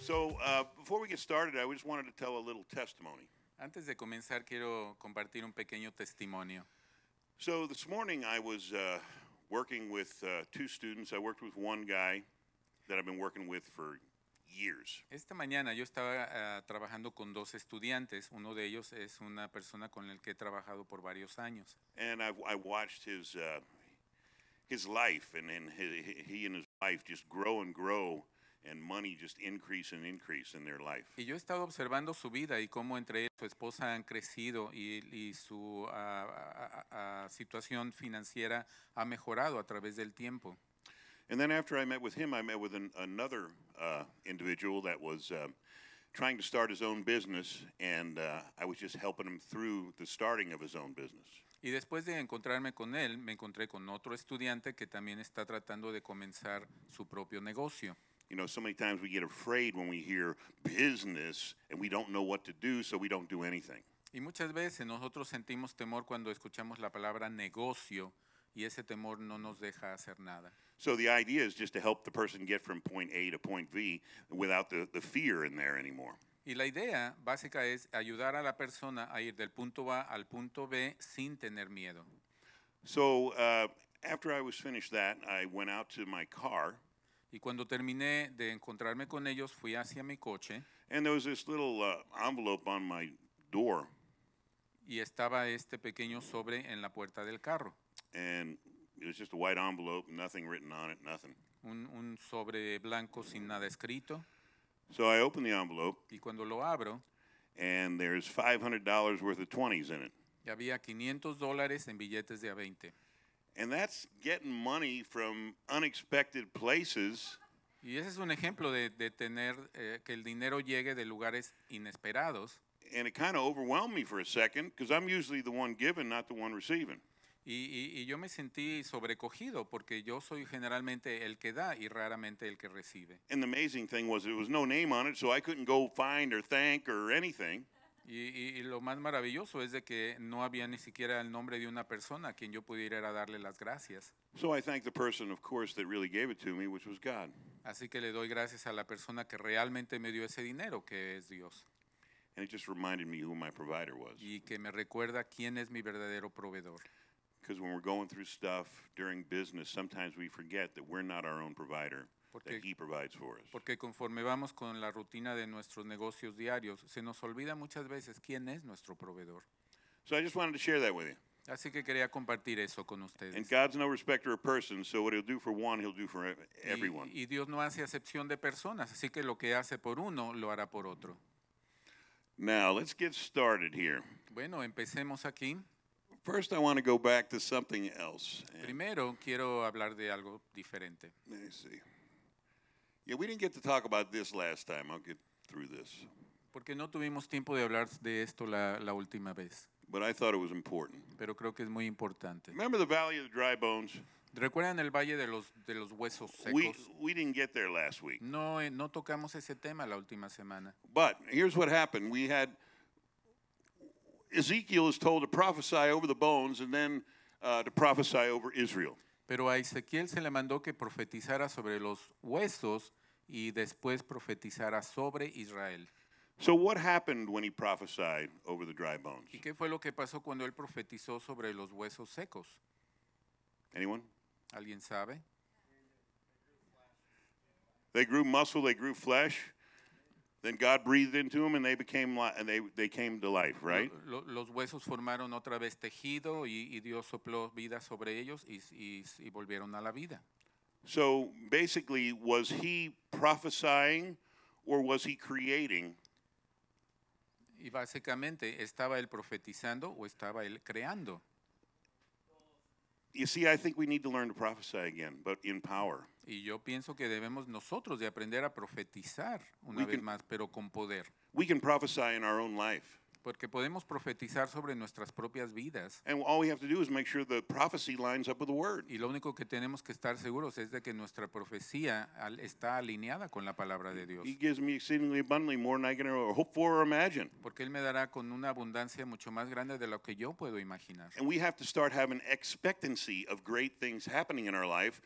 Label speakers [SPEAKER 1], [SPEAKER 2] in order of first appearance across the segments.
[SPEAKER 1] So uh, before we get started, I just wanted to tell a little testimony.
[SPEAKER 2] Antes de comenzar, quiero compartir un pequeño testimonio.
[SPEAKER 1] So this morning I was uh, working with uh, two students. I worked with one guy that I've been working with for years.
[SPEAKER 2] Esta mañana yo estaba ah, trabajando con dos estudiantes. Uno de ellos es una persona con la que he trabajado por varios años.
[SPEAKER 1] and I've, I watched his uh, his life and and he, he and his wife just grow and grow, and money just increase and increase in their life.
[SPEAKER 2] Y yo he estado observando su vida y cómo entre él y su esposa han crecido y, y su ah, ah, ah, ah, situación financiera ha mejorado a través del tiempo.
[SPEAKER 1] And then after I met with him, I met with an, another uh, individual that was. um Trying to start his own business, and uh, I was just helping him through the starting of his own business.
[SPEAKER 2] Y después de encontrarme con él, me encontré con otro estudiante que también está tratando de comenzar su propio negocio.
[SPEAKER 1] You know, so many times we get afraid when we hear business and we don't know what to do, so we don't do anything.
[SPEAKER 2] Y muchas veces nosotros sentimos temor cuando escuchamos la palabra negocio y ese temor no nos deja hacer nada.
[SPEAKER 1] So the idea is just to help the person get from point A to point B without the, the fear in there anymore.
[SPEAKER 2] Y la idea básica es ayudar a la persona a ir del punto A al punto B sin tener miedo.
[SPEAKER 1] So uh, after I was finished that, I went out to my car,
[SPEAKER 2] Y cuando terminé de encontrarme con ellos, fui hacia mi coche
[SPEAKER 1] and there was this little uh, envelope on my door,
[SPEAKER 2] y estaba este pequeño sobre en la puerta del carro.
[SPEAKER 1] and it was just a white envelope, nothing written on it, nothing.
[SPEAKER 2] Un, un sobre blanco sin nada escrito.
[SPEAKER 1] So I opened the envelope,
[SPEAKER 2] Y cuando lo abro,
[SPEAKER 1] and there's $500 worth of 20s in it.
[SPEAKER 2] ya había 500 dólares en billetes de a 20.
[SPEAKER 1] And that's getting money from unexpected places.
[SPEAKER 2] Y ese es un ejemplo de, de tener eh, que el dinero llegue de lugares inesperados.
[SPEAKER 1] And it kind of overwhelmed me for a second because I'm usually the one giving, not the one receiving.
[SPEAKER 2] Y, y- y yo me sentí sobrecogido porque yo soy generalmente el que da y raramente el que recibe.
[SPEAKER 1] And the amazing thing was there was no name on it, so I couldn't go find or thank or anything.
[SPEAKER 2] Y, y- y lo más maravilloso es de que no había ni siquiera el nombre de una persona a quien yo pudiera ir a darle las gracias.
[SPEAKER 1] So I thanked the person, of course, that really gave it to me, which was God.
[SPEAKER 2] Así que le doy gracias a la persona que realmente me dio ese dinero, que es Dios,
[SPEAKER 1] And it just reminded me who my provider was.
[SPEAKER 2] y que me recuerda quién es mi verdadero proveedor.
[SPEAKER 1] Because when we're going through stuff during business, sometimes we forget that we're not our own provider, that
[SPEAKER 2] Porque-
[SPEAKER 1] He provides for us.
[SPEAKER 2] Porque conforme vamos con la rutina de nuestros negocios diarios, se nos olvida muchas veces quién es nuestro proveedor.
[SPEAKER 1] So I just wanted to share that with you.
[SPEAKER 2] Así que quería compartir eso con ustedes.
[SPEAKER 1] And God's no respecter of persons, so what He'll do for one, He'll do for e-
[SPEAKER 2] Y-
[SPEAKER 1] everyone.
[SPEAKER 2] Y, Dios no hace acepción de personas, así que lo que hace por uno lo hará por otro.
[SPEAKER 1] Now, let's get started here.
[SPEAKER 2] Bueno, empecemos aquí.
[SPEAKER 1] First, I want to go back to something else. And-
[SPEAKER 2] Primero quiero hablar de algo diferente.
[SPEAKER 1] Let me see. Yeah, we didn't get to talk about this last time. I'll get through this.
[SPEAKER 2] Porque no tuvimos tiempo de hablar de esto la, la última vez,
[SPEAKER 1] But I thought it was important.
[SPEAKER 2] pero creo que es muy importante.
[SPEAKER 1] Remember the Valley of the Dry Bones?
[SPEAKER 2] ¿Recuerdan el Valle de los, de los Huesos
[SPEAKER 1] We,
[SPEAKER 2] Secos?
[SPEAKER 1] we didn't get there last week.
[SPEAKER 2] No, eh, no tocamos ese tema la última semana.
[SPEAKER 1] But here's what happened. We had Ezekiel is told to prophesy over the bones and then uh, to prophesy over Israel.
[SPEAKER 2] Pero a Ezequiel se le mandó que profetizara sobre los huesos y después profetizara sobre Israel.
[SPEAKER 1] So, what happened when he prophesied over the dry bones?
[SPEAKER 2] ¿Y qué fue lo que pasó cuando él profetizó sobre los huesos secos?
[SPEAKER 1] Anyone?
[SPEAKER 2] ¿Alguien sabe?
[SPEAKER 1] They grew muscle, they grew flesh. Then God breathed into them and they became li- and they, they came to life, right?
[SPEAKER 2] Lo- lo- los huesos formaron otra vez tejido y, y Dios sopló vida sobre ellos y, y- y volvieron a la vida.
[SPEAKER 1] So basically, was he prophesying or was he creating?
[SPEAKER 2] Y básicamente, ¿estaba él profetizando o estaba él creando?
[SPEAKER 1] You see, I think we need to learn to prophesy again, but in power.
[SPEAKER 2] Y yo pienso que debemos nosotros de aprender a profetizar una
[SPEAKER 1] We
[SPEAKER 2] vez
[SPEAKER 1] can-
[SPEAKER 2] más, pero con poder.
[SPEAKER 1] We can prophesy in our own life.
[SPEAKER 2] Porque podemos profetizar sobre nuestras propias vidas.
[SPEAKER 1] And all we have to do is make sure the prophecy lines up with the word.
[SPEAKER 2] Y lo único que tenemos que estar seguros es de que nuestra profecía al- está alineada con la palabra de Dios.
[SPEAKER 1] He gives me exceedingly abundantly more than I can ever hope for or imagine.
[SPEAKER 2] Porque Él me dará con una abundancia mucho más grande de lo que yo puedo imaginar.
[SPEAKER 1] And we have to start having expectancy of great things happening in our life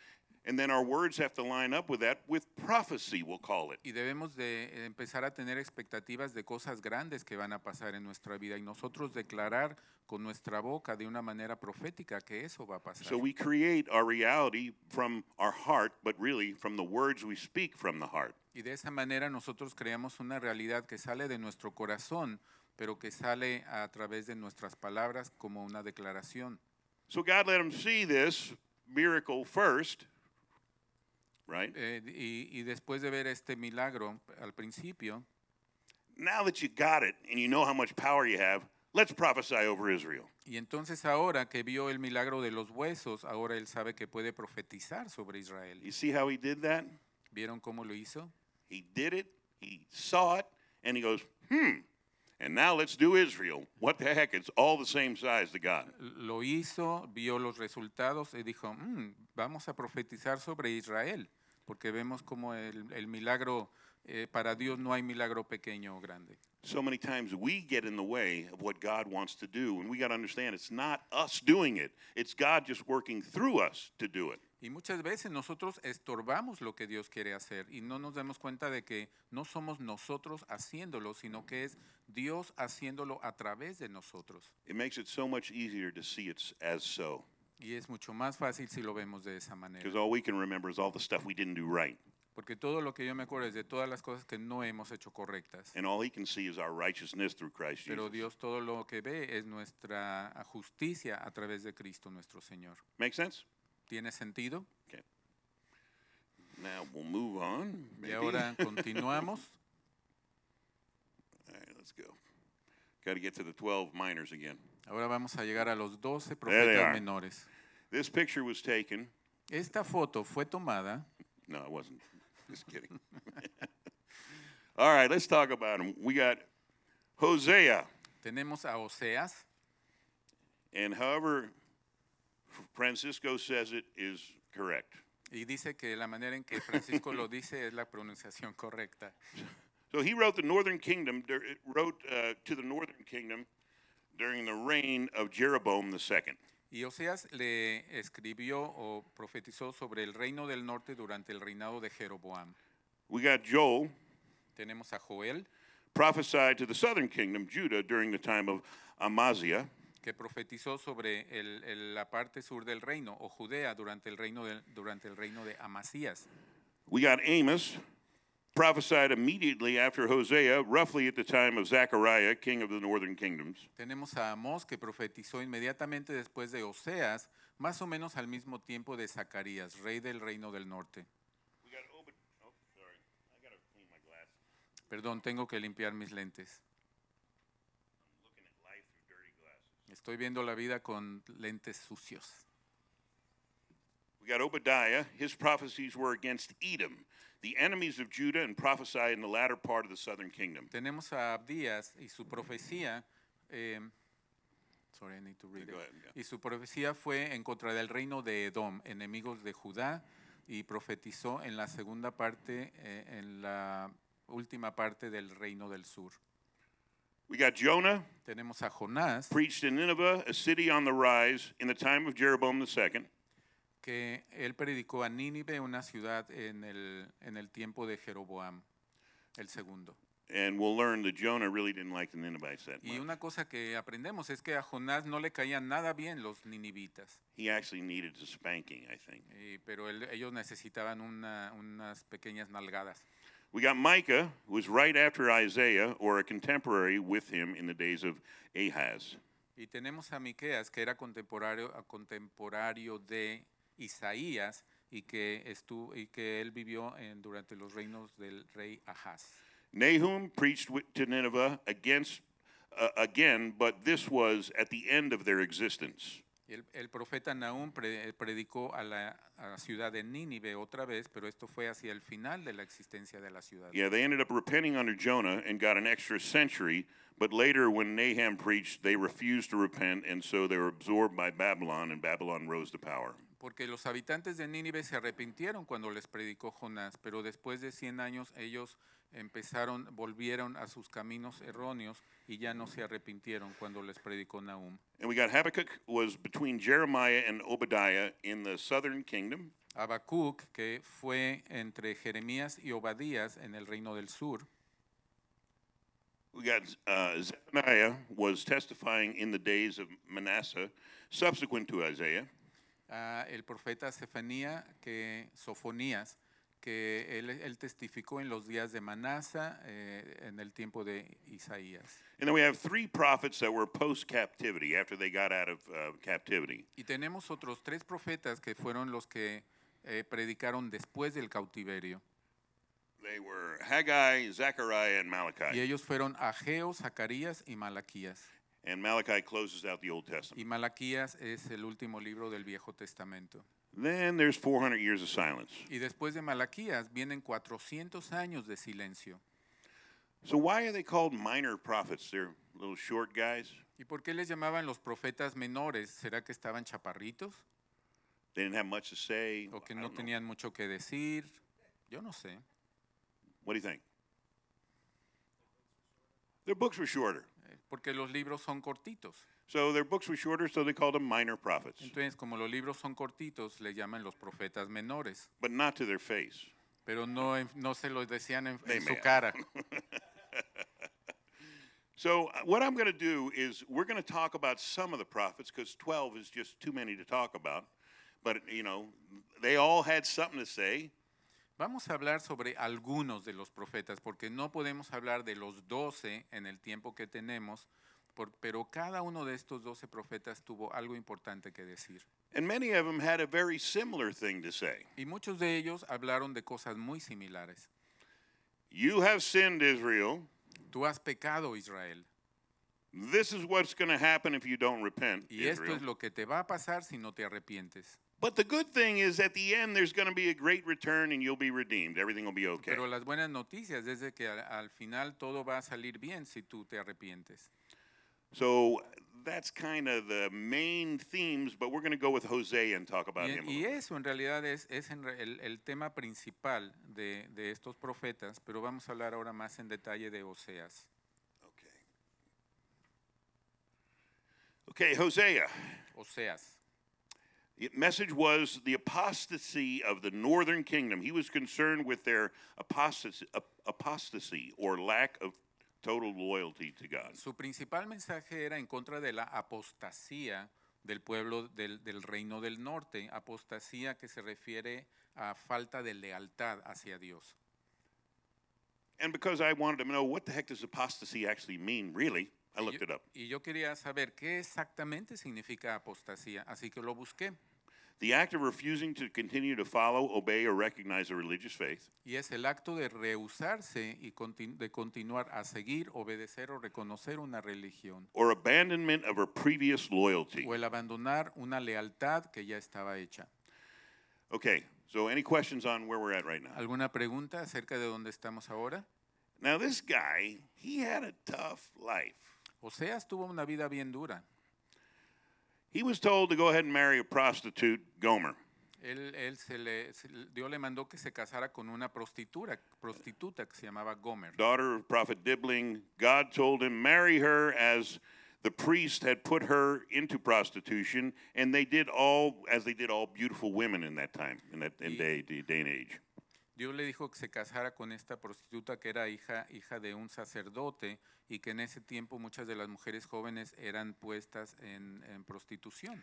[SPEAKER 1] And then our words have to line up with that, with prophecy, we'll call it.
[SPEAKER 2] Y debemos de eh, empezar a tener expectativas de cosas grandes que van a pasar en nuestra vida y nosotros declarar con nuestra boca de una manera profética que eso va a pasar.
[SPEAKER 1] So we create our reality from our heart, but really from the words we speak from the heart.
[SPEAKER 2] y de esa manera nosotros creamos una realidad que sale de nuestro corazón, pero que sale a través de nuestras palabras como una declaración.
[SPEAKER 1] So God let them see this miracle first, right?
[SPEAKER 2] Eh, y, y después de ver este milagro al principio,
[SPEAKER 1] Now that you got it and you know how much power you have, let's prophesy over Israel.
[SPEAKER 2] y entonces ahora que vio el milagro de los huesos, ahora él sabe que puede profetizar sobre Israel.
[SPEAKER 1] You see how he did that?
[SPEAKER 2] ¿Vieron cómo lo hizo?
[SPEAKER 1] He did it, he saw it, and he goes, hmm. And now let's do Israel. What the heck? It's all the same size to God.
[SPEAKER 2] Lo hizo, vio los resultados y dijo, "Mm, vamos a profetizar sobre Israel, porque vemos como el, el milagro, eh, para Dios no hay milagro pequeño o grande.
[SPEAKER 1] So many times we get in the way of what God wants to do, and we got to understand it's not us doing it, it's God just working through us to do it.
[SPEAKER 2] Y muchas veces nosotros estorbamos lo que Dios quiere hacer y no nos damos cuenta de que no somos nosotros haciéndolo, sino que es Dios haciéndolo a través de nosotros.
[SPEAKER 1] It makes it so much easier to see it as so,
[SPEAKER 2] Y es mucho más fácil si lo vemos de esa manera.
[SPEAKER 1] because all we can remember is all the stuff we didn't do right,
[SPEAKER 2] Porque todo lo que yo me acuerdo es de todas las cosas que no hemos hecho correctas.
[SPEAKER 1] and all He can see is our righteousness through Christ
[SPEAKER 2] Pero
[SPEAKER 1] Jesus.
[SPEAKER 2] Dios todo lo que ve es nuestra justicia a través de Cristo nuestro Señor.
[SPEAKER 1] Make sense?
[SPEAKER 2] ¿Tiene sentido?
[SPEAKER 1] Now we'll move on.
[SPEAKER 2] Y
[SPEAKER 1] maybe.
[SPEAKER 2] ahora continuamos.
[SPEAKER 1] All right, let's go. Got to get to the 12 minors again.
[SPEAKER 2] Ahora vamos a llegar a los 12
[SPEAKER 1] they
[SPEAKER 2] profetas
[SPEAKER 1] are.
[SPEAKER 2] menores.
[SPEAKER 1] This picture was taken.
[SPEAKER 2] Esta foto fue tomada
[SPEAKER 1] No, it wasn't. Just kidding. All right, let's talk about him. We got Hosea,
[SPEAKER 2] Tenemos a Oseas,
[SPEAKER 1] and however F- Francisco says it is correct.
[SPEAKER 2] y dice que la manera en que Francisco lo dice es la pronunciación correcta.
[SPEAKER 1] So he wrote the Northern Kingdom, dur- wrote uh, to the Northern Kingdom during the reign of Jeroboam II.
[SPEAKER 2] Y Oseas le escribió o profetizó sobre el reino del norte durante el reinado de Jeroboam.
[SPEAKER 1] We got Joel,
[SPEAKER 2] Tenemos a Joel,
[SPEAKER 1] prophesied to the Southern Kingdom, Judah, during the time of Amaziah.
[SPEAKER 2] que profetizó sobre el- el- la parte sur del reino, o Judea, durante el reino de, durante el reino de Amasías.
[SPEAKER 1] We got Amos, prophesied immediately after Hosea, roughly at the time of Zechariah, king of the northern kingdoms.
[SPEAKER 2] Tenemos a Amós, que profetizó inmediatamente después de Oseas, más o menos al mismo tiempo de Zacarías, rey del reino del norte.
[SPEAKER 1] We got Obed. Oh, sorry. I got to clean my glass.
[SPEAKER 2] Perdón, tengo que limpiar mis lentes.
[SPEAKER 1] I'm looking at life through dirty glasses.
[SPEAKER 2] Estoy viendo la vida con lentes sucios.
[SPEAKER 1] We got Obadiah. His prophecies were against Edom, the enemies of Judah, and prophesied in the latter part of the southern kingdom.
[SPEAKER 2] Tenemos a Abdías y su profecía. em, sorry, I need to read
[SPEAKER 1] Go
[SPEAKER 2] it.
[SPEAKER 1] ahead, yeah.
[SPEAKER 2] Y su profecía fue en contra del reino de Edom, enemigos de Judá, y profetizó en la segunda parte, eh, en la última parte del reino del sur.
[SPEAKER 1] We got Jonah,
[SPEAKER 2] Tenemos a Jonás,
[SPEAKER 1] preached in Nineveh, a city on the rise, in the time of Jeroboam II.
[SPEAKER 2] que él predicó a Nínive, una ciudad en el, en el tiempo de Jeroboam, el segundo.
[SPEAKER 1] And we'll learn that Jonah really didn't like the Ninevites that
[SPEAKER 2] Y
[SPEAKER 1] much.
[SPEAKER 2] una cosa que aprendemos es que a Jonás no le caían nada bien los ninivitas,
[SPEAKER 1] He actually needed a spanking, I think.
[SPEAKER 2] eh, pero él- ellos necesitaban una- unas pequeñas nalgadas.
[SPEAKER 1] We got Micah, who was right after Isaiah or a contemporary with him in the days of Ahaz.
[SPEAKER 2] Y tenemos a Miqueas, que era contemporáneo, a contemporáneo de Isaías y que, estuvo, y que él vivió en- durante los reinos del rey Ahaz.
[SPEAKER 1] Nahum preached wi- to Nineveh against uh, again, but this was at the end of their existence.
[SPEAKER 2] El, el profeta Nahum pre- predicó a la, a la ciudad de Nínive otra vez, pero esto fue hacia el final de la existencia de la ciudad.
[SPEAKER 1] Yeah, they ended up repenting under Jonah and got an extra century, but later when Nahum preached, they refused to repent and so they were absorbed by Babylon and Babylon rose to power.
[SPEAKER 2] Porque los habitantes de Nínive se arrepintieron cuando les predicó Jonás, pero después de 100 años ellos empezaron, volvieron a sus caminos erróneos y ya no se arrepintieron cuando les predicó Nahum.
[SPEAKER 1] And we got Habakkuk was between Jeremiah and Obadiah in the southern kingdom.
[SPEAKER 2] Habacuc, que fue entre Jeremías y Obadías en el reino del sur.
[SPEAKER 1] We got uh, Zephaniah was testifying in the days of Manasseh, subsequent to Isaiah.
[SPEAKER 2] Ah, el profeta Sefanía, que Sofonías, que él, él testificó en los días de Manasa, eh, en el tiempo de Isaías.
[SPEAKER 1] And then we have three prophets that were post captivity after they got out of uh, captivity.
[SPEAKER 2] Y tenemos otros tres profetas que fueron los que eh, predicaron después del cautiverio.
[SPEAKER 1] They were Haggai, Zechariah, and
[SPEAKER 2] Y
[SPEAKER 1] Malachi.
[SPEAKER 2] ellos fueron Ageo, Zacarías y Malaquías.
[SPEAKER 1] And Malachi closes out the Old Testament.
[SPEAKER 2] Y Malaquías es el último libro del Viejo Testamento.
[SPEAKER 1] Then there's 400 years of silence.
[SPEAKER 2] Y después de Malaquías vienen 400 años de silencio.
[SPEAKER 1] So why are they called minor prophets? They're little short guys.
[SPEAKER 2] ¿Y por qué les llamaban los profetas menores? ¿Será que estaban chaparritos?
[SPEAKER 1] They didn't have much to say.
[SPEAKER 2] ¿O que
[SPEAKER 1] I
[SPEAKER 2] no
[SPEAKER 1] don't know.
[SPEAKER 2] tenían mucho que decir? Yo no sé. eh,
[SPEAKER 1] What do you think? Their books were shorter.
[SPEAKER 2] eh, Porque los libros son cortitos.
[SPEAKER 1] So their books were shorter, so they called them minor prophets,
[SPEAKER 2] Entonces, como los libros son cortitos, le llaman los profetas menores.
[SPEAKER 1] but not to their face.
[SPEAKER 2] Pero no, en- no se los decían en, en su
[SPEAKER 1] Amen.
[SPEAKER 2] cara.
[SPEAKER 1] So uh, what I'm going to do is we're going to talk about some of the prophets because 12 is just too many to talk about. But you know, they all had something to say.
[SPEAKER 2] Vamos a hablar sobre algunos de los profetas, porque no podemos hablar de los doce en el tiempo que tenemos, por- pero cada uno de estos doce profetas tuvo algo importante que decir.
[SPEAKER 1] And many of them had a very similar thing to say.
[SPEAKER 2] Y muchos de ellos hablaron de cosas muy similares.
[SPEAKER 1] You have sinned, Israel.
[SPEAKER 2] Tú has pecado, Israel,
[SPEAKER 1] This is what's going to happen if you don't repent,
[SPEAKER 2] y esto
[SPEAKER 1] Israel.
[SPEAKER 2] es lo que te va a pasar si no te arrepientes.
[SPEAKER 1] But the good thing is at the end there's going to be a great return and you'll be redeemed. Everything will be okay.
[SPEAKER 2] Pero las buenas noticias es de que al, al final todo va a salir bien si tú te arrepientes.
[SPEAKER 1] So that's kind of the main themes, but we're going to go with Hosea and talk about
[SPEAKER 2] Y,
[SPEAKER 1] him. a
[SPEAKER 2] y
[SPEAKER 1] little.
[SPEAKER 2] eso en realidad es, es en re- el, el tema principal de, de estos profetas, pero vamos a hablar ahora más en detalle de Oseas.
[SPEAKER 1] Okay. Okay, Hosea.
[SPEAKER 2] Oseas.
[SPEAKER 1] The message was the apostasy of the northern kingdom. He was concerned with their apostasy, ap- apostasy or lack of total loyalty to God.
[SPEAKER 2] Su principal mensaje era en contra de la apostasía del pueblo del, del reino del norte, apostasía que se refiere a falta de lealtad hacia Dios.
[SPEAKER 1] And because I wanted to know what the heck does apostasy actually mean, really, I
[SPEAKER 2] Y
[SPEAKER 1] looked
[SPEAKER 2] yo-
[SPEAKER 1] it up.
[SPEAKER 2] y yo quería saber qué exactamente significa apostasía, así que lo busqué.
[SPEAKER 1] The act of refusing to continue to follow, obey, or recognize a religious faith.
[SPEAKER 2] Y es el acto de rehusarse y contin- de continuar a seguir, obedecer o reconocer una religión.
[SPEAKER 1] or abandonment of a previous loyalty.
[SPEAKER 2] O el abandonar una lealtad que ya estaba hecha.
[SPEAKER 1] Okay, so any questions on where we're at right now?
[SPEAKER 2] ¿Alguna pregunta acerca de dónde estamos ahora?
[SPEAKER 1] Now, this guy, he had a tough life.
[SPEAKER 2] Oseas tuvo una vida bien dura.
[SPEAKER 1] He was told to go ahead and marry a prostitute, Gomer.
[SPEAKER 2] Él, él se le, se le- Dios le mandó que se casara con una prostituta, prostituta que se llamaba Gomer.
[SPEAKER 1] daughter of prophet Dibling, God told him, marry her as the priest had put her into prostitution, and they did all as they did all beautiful women in that time, in that in day, day, day and age.
[SPEAKER 2] Dios le dijo que se casara con esta prostituta que era hija, hija de un sacerdote y que en ese tiempo muchas de las mujeres jóvenes eran puestas en- en prostitución.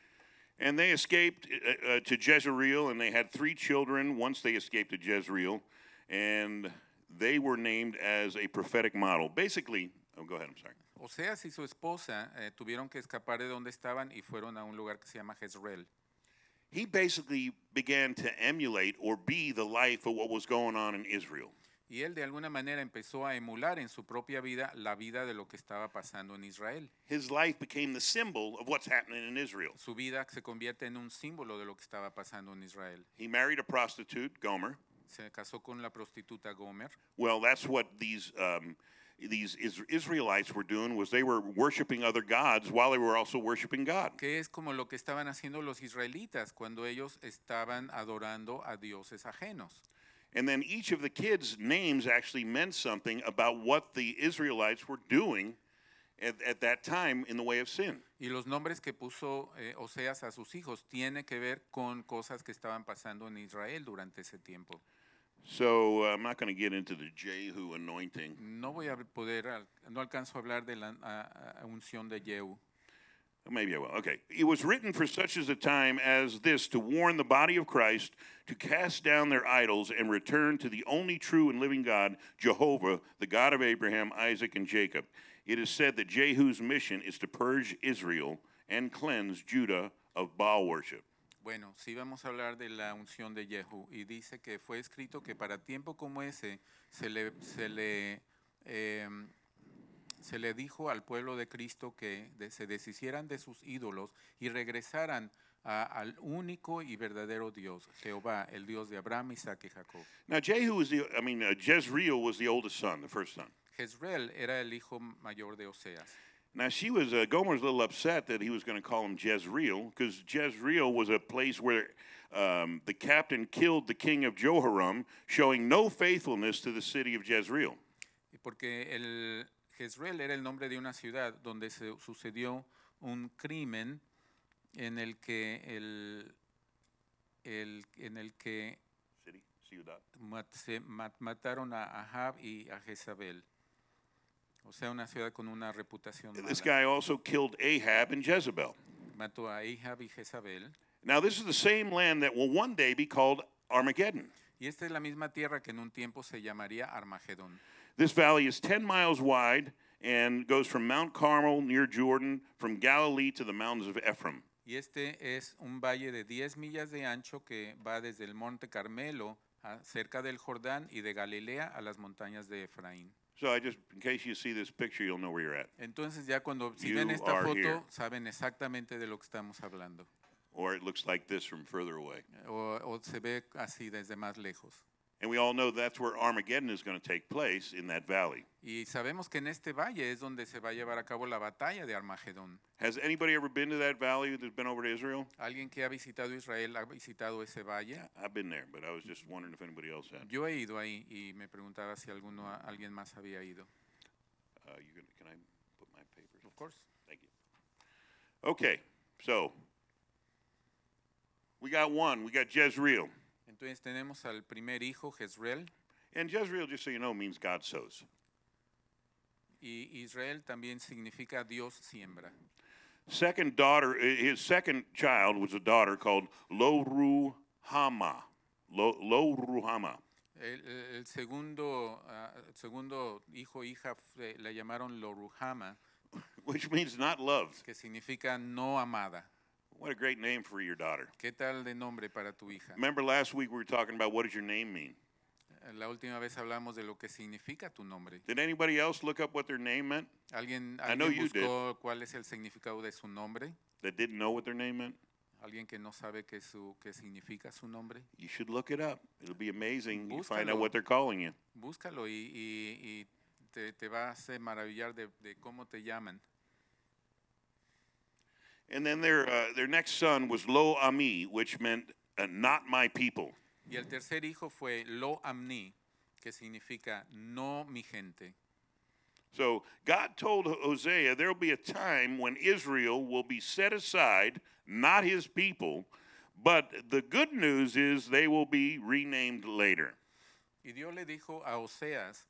[SPEAKER 1] And they escaped uh, uh, to Jezreel, and they had three children. Once they escaped to Jezreel, and they were named as a prophetic model. Basically, oh, go ahead. I'm sorry.
[SPEAKER 2] Oseas y su esposa eh, tuvieron que escapar de donde estaban y fueron a un lugar que se llama Jezreel.
[SPEAKER 1] He basically began to emulate or be the life of what was going on in Israel.
[SPEAKER 2] Y él de alguna manera empezó a emular en su propia vida la vida de lo que estaba pasando en Israel.
[SPEAKER 1] His life became the symbol of what's happening in Israel.
[SPEAKER 2] Su vida se convierte en un símbolo de lo que estaba pasando en Israel.
[SPEAKER 1] He married a prostitute, Gomer.
[SPEAKER 2] Se casó con la prostituta Gomer.
[SPEAKER 1] Well, that's what these um, these Is- Israelites were doing was they were worshiping other gods while they were also worshiping God.
[SPEAKER 2] que es como lo que estaban haciendo los israelitas cuando ellos estaban adorando a dioses ajenos.
[SPEAKER 1] And then each of the kids' names actually meant something about what the Israelites were doing at, at that time in the way of sin.
[SPEAKER 2] Y los nombres que puso eh, Oseas a sus hijos tiene que ver con cosas que estaban pasando en Israel durante ese tiempo.
[SPEAKER 1] So uh, I'm not going to get into the Jehu anointing.
[SPEAKER 2] No voy a poder, al- no alcanzo a hablar de la a- a- unción de Yehu.
[SPEAKER 1] Maybe I will. Okay. It was written for such as a time as this to warn the body of Christ to cast down their idols and return to the only true and living God, Jehovah, the God of Abraham, Isaac, and Jacob. It is said that Jehu's mission is to purge Israel and cleanse Judah of Baal worship.
[SPEAKER 2] Bueno, sí vamos a hablar de la unción de Yehu y dice que fue escrito que para tiempo como ese se le, se le, em, se le dijo al pueblo de Cristo que de- se deshicieran de sus ídolos y regresaran a- al único y verdadero Dios, Jehová, el Dios de Abraham, Isaac y Jacob.
[SPEAKER 1] Now, Jehu was the, I mean, uh, Jezreel was the oldest son, the first son.
[SPEAKER 2] Jezreel era el hijo mayor de Oseas.
[SPEAKER 1] Now, she was, uh, Gomer's a little upset that he was going to call him Jezreel, because Jezreel was a place where um, the captain killed the king of Jehoram, showing no faithfulness to the city of Jezreel.
[SPEAKER 2] Y Porque el Jezreel era el nombre de una ciudad donde se sucedió un crimen en el que el, el- en el que
[SPEAKER 1] City? Ciudad.
[SPEAKER 2] mat- se mat- mataron a Ahab y a Jezabel. O sea, una ciudad con una reputación
[SPEAKER 1] This guy
[SPEAKER 2] mala.
[SPEAKER 1] also killed Ahab and Jezebel.
[SPEAKER 2] Mató a Ahab y Jezabel.
[SPEAKER 1] Now, this is the same land that will one day be called Armageddon.
[SPEAKER 2] Y esta es la misma tierra que en un tiempo se llamaría Armagedón.
[SPEAKER 1] This valley is 10 miles wide and goes from Mount Carmel near Jordan, from Galilee to the mountains of Ephraim.
[SPEAKER 2] Y este es un valle de 10 millas de ancho que va desde el monte Carmelo, a- cerca del Jordán, y de Galilea a las montañas de Efraín.
[SPEAKER 1] So, I just, in case you see this picture, you'll know where you're at.
[SPEAKER 2] Entonces ya cuando si
[SPEAKER 1] You
[SPEAKER 2] ven esta
[SPEAKER 1] are
[SPEAKER 2] foto
[SPEAKER 1] here.
[SPEAKER 2] saben exactamente de lo que estamos hablando.
[SPEAKER 1] Or it looks like this from further away.
[SPEAKER 2] O, o se ve así desde más lejos.
[SPEAKER 1] And we all know that's where Armageddon is going to take place in that valley.
[SPEAKER 2] Y sabemos que en este valle es donde se va a llevar a cabo la batalla de Armagedón.
[SPEAKER 1] Has anybody ever been to that valley that's been over to Israel?
[SPEAKER 2] ¿Alguien que ha visitado Israel ha visitado ese valle?
[SPEAKER 1] I've been there, but I was just wondering if anybody else had.
[SPEAKER 2] Yo he ido ahí y me preguntaba si alguno, alguien más había ido.
[SPEAKER 1] Uh, you gonna, can I put my papers?
[SPEAKER 2] Of course.
[SPEAKER 1] Thank you. Okay, so we got one. We got Jezreel.
[SPEAKER 2] Entonces tenemos al primer hijo, Jezreel,
[SPEAKER 1] And Jezreel, just so you know, means God sows.
[SPEAKER 2] y Israel también significa Dios siembra.
[SPEAKER 1] Second daughter, i- his second child was a daughter called Loruhama. Lo, Loruhama.
[SPEAKER 2] El, el- el segundo, ah, el segundo hijo, hija, fue- la llamaron Loruhama,
[SPEAKER 1] Which means not loved.
[SPEAKER 2] que significa no amada.
[SPEAKER 1] What a great name for your daughter.
[SPEAKER 2] ¿Qué tal de nombre para tu hija? Eh,
[SPEAKER 1] Remember last week we were talking about what does your name mean?
[SPEAKER 2] La última vez hablamos de lo que significa tu nombre.
[SPEAKER 1] Did anybody else look up what their name meant
[SPEAKER 2] ¿Alguien,
[SPEAKER 1] I know
[SPEAKER 2] alguien
[SPEAKER 1] you did.
[SPEAKER 2] buscó cuál es el significado de su nombre?
[SPEAKER 1] that didn't know what their name meant?
[SPEAKER 2] ¿Alguien que no sabe qué, su, qué significa su nombre?
[SPEAKER 1] You should look it up. It'll be amazing. You find out
[SPEAKER 2] Búscalo.
[SPEAKER 1] what they're calling you.
[SPEAKER 2] Búscalo y, y- y te, te vas a maravillar de- de cómo te llaman.
[SPEAKER 1] And then their uh, their next son was Lo Ami, which meant uh, not my people.
[SPEAKER 2] Y el tercer hijo fue Lo Amni, que significa no mi gente.
[SPEAKER 1] So God told Hosea there'll be a time when Israel will be set aside, not his people, but the good news is they will be renamed later.
[SPEAKER 2] Y Dios le dijo a Oseas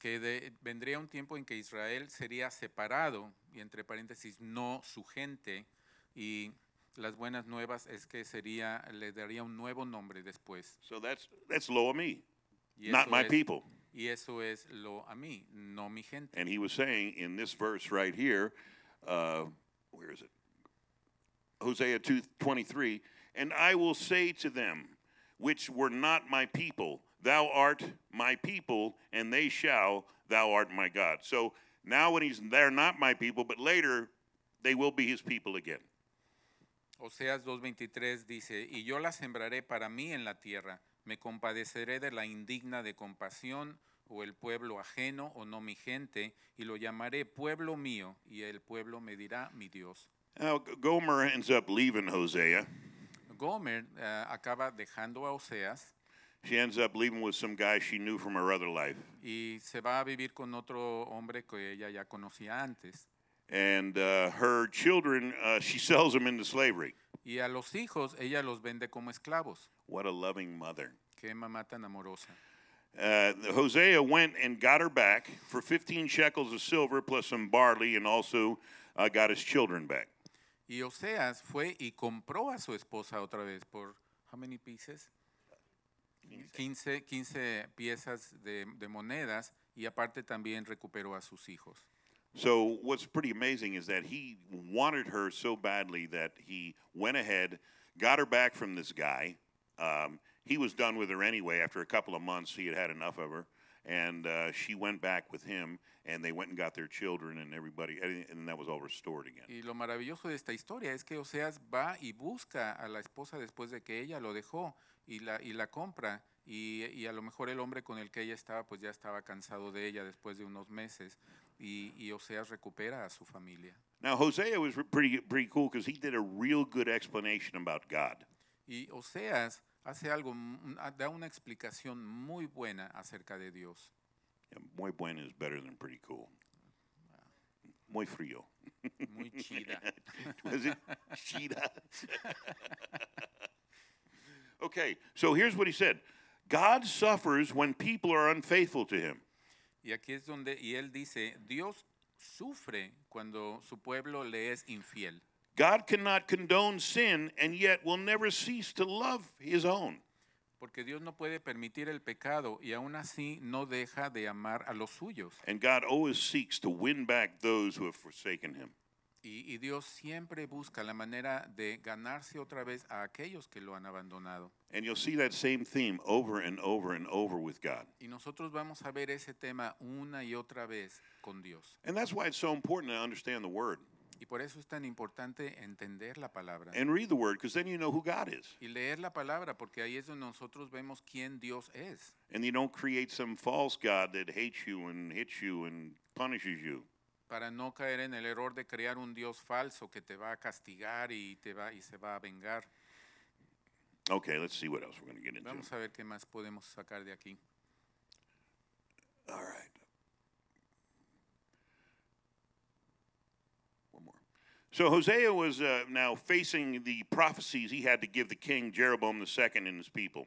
[SPEAKER 2] que de- vendría un tiempo en que Israel sería separado, y entre paréntesis, no su gente. Y las buenas nuevas es que sería, le daría un nuevo nombre después.
[SPEAKER 1] So that's that's Lo Ami,
[SPEAKER 2] Y
[SPEAKER 1] not
[SPEAKER 2] eso
[SPEAKER 1] my
[SPEAKER 2] es-
[SPEAKER 1] people.
[SPEAKER 2] Y eso es lo a mí, no mi gente.
[SPEAKER 1] And he was saying in this verse right here, uh, where is it? Hosea 2 23, and I will say to them, which were not my people, Thou art my people, and they shall, Thou art my God. So now when he's, they're not my people, but later they will be his people again.
[SPEAKER 2] Oseas 2.23 dice, y yo la sembraré para mí en la tierra, me compadeceré de la indigna de compasión o el pueblo ajeno o no mi gente, y lo llamaré pueblo mío, y el pueblo me dirá mi Dios.
[SPEAKER 1] Now, G- Gomer ends up leaving Hosea.
[SPEAKER 2] Gomer eh, acaba dejando a Oseas
[SPEAKER 1] She ends up leaving with some guy she knew from her other life.
[SPEAKER 2] y se va a vivir con otro hombre que ella ya conocía antes.
[SPEAKER 1] and uh, her children, uh, she sells them into slavery.
[SPEAKER 2] Y a los hijos ella los vende como esclavos.
[SPEAKER 1] What a loving mother.
[SPEAKER 2] Qué mamá tan amorosa.
[SPEAKER 1] Uh, Hosea went and got her back for 15 shekels of silver plus some barley, and also uh, got his children back.
[SPEAKER 2] Y Oseas fue y compró a su esposa otra vez por how many pieces? 15, 15 piezas de, de monedas y aparte también recuperó a sus hijos.
[SPEAKER 1] So what's pretty amazing is that he wanted her so badly that he went ahead, got her back from this guy. Um, he was done with her anyway. After a couple of months, he had had enough of her, and uh, she went back with him, and they went and got their children and everybody, and and that was all restored again.
[SPEAKER 2] Y lo maravilloso de esta historia es que Oseas va y busca a la esposa después de que ella lo dejó y la, y la compra. Y, y a lo mejor el hombre con el que ella estaba, pues ya estaba cansado de ella después de unos meses. Y, y Oseas recupera a su familia.
[SPEAKER 1] Now Hosea was re- pretty pretty cool because he did a real good explanation about God.
[SPEAKER 2] Y Oseas hace algo, mm, ah, da una explicación muy buena acerca de Dios.
[SPEAKER 1] And muy bueno is better than pretty cool. Muy frío.
[SPEAKER 2] Muy chida.
[SPEAKER 1] Was it Sheeta? okay, so here's what he said God suffers when people are unfaithful to him.
[SPEAKER 2] Y aquí es donde, y él dice, Dios sufre cuando su pueblo le es infiel.
[SPEAKER 1] God cannot condone sin and yet will never cease to love his own.
[SPEAKER 2] Porque Dios no puede permitir el pecado y aún así no deja de amar a los suyos.
[SPEAKER 1] And God always seeks to win back those who have forsaken him.
[SPEAKER 2] Y, y Dios siempre busca la manera de ganarse otra vez a aquellos que lo han abandonado.
[SPEAKER 1] And you'll see that same theme over and over and over with God.
[SPEAKER 2] Y nosotros vamos a ver ese tema una y otra vez con Dios.
[SPEAKER 1] And that's why it's so important to understand the word
[SPEAKER 2] Y por eso es tan importante entender la palabra.
[SPEAKER 1] and read the word because then you know who God is
[SPEAKER 2] Y leer la palabra, porque ahí es donde nosotros vemos quién Dios es.
[SPEAKER 1] and you don't create some false God that hates you and hits you and punishes you.
[SPEAKER 2] Para no caer en el error de crear un Dios falso que te va a castigar y, te va, y se va a vengar.
[SPEAKER 1] Okay, let's see what else we're going to get into.
[SPEAKER 2] Vamos a ver qué más podemos sacar de aquí.
[SPEAKER 1] All right. One more. So Hosea was uh, now facing the prophecies he had to give the king Jeroboam II and his people.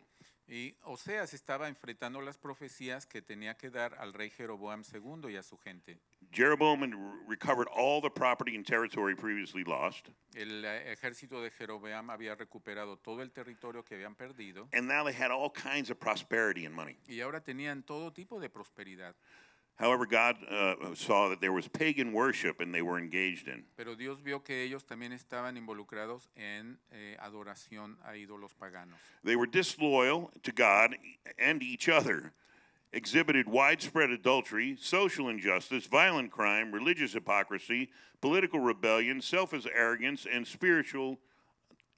[SPEAKER 2] Y Oseas estaba enfrentando las profecías que tenía que dar al rey Jeroboam II y a su gente.
[SPEAKER 1] Jeroboam had re- recovered all the property and territory previously lost,
[SPEAKER 2] El eh, ejército de Jeroboam había recuperado todo el territorio que habían perdido
[SPEAKER 1] and now they had all kinds of prosperity and money.
[SPEAKER 2] y ahora tenían todo tipo de prosperidad.
[SPEAKER 1] However, God uh, saw that there was pagan worship and they were engaged in.
[SPEAKER 2] Pero Dios vio que ellos también estaban involucrados en eh, adoración a ídolos paganos.
[SPEAKER 1] They were disloyal to God and each other, exhibited widespread adultery, social injustice, violent crime, religious hypocrisy, political rebellion, selfish arrogance, and spiritual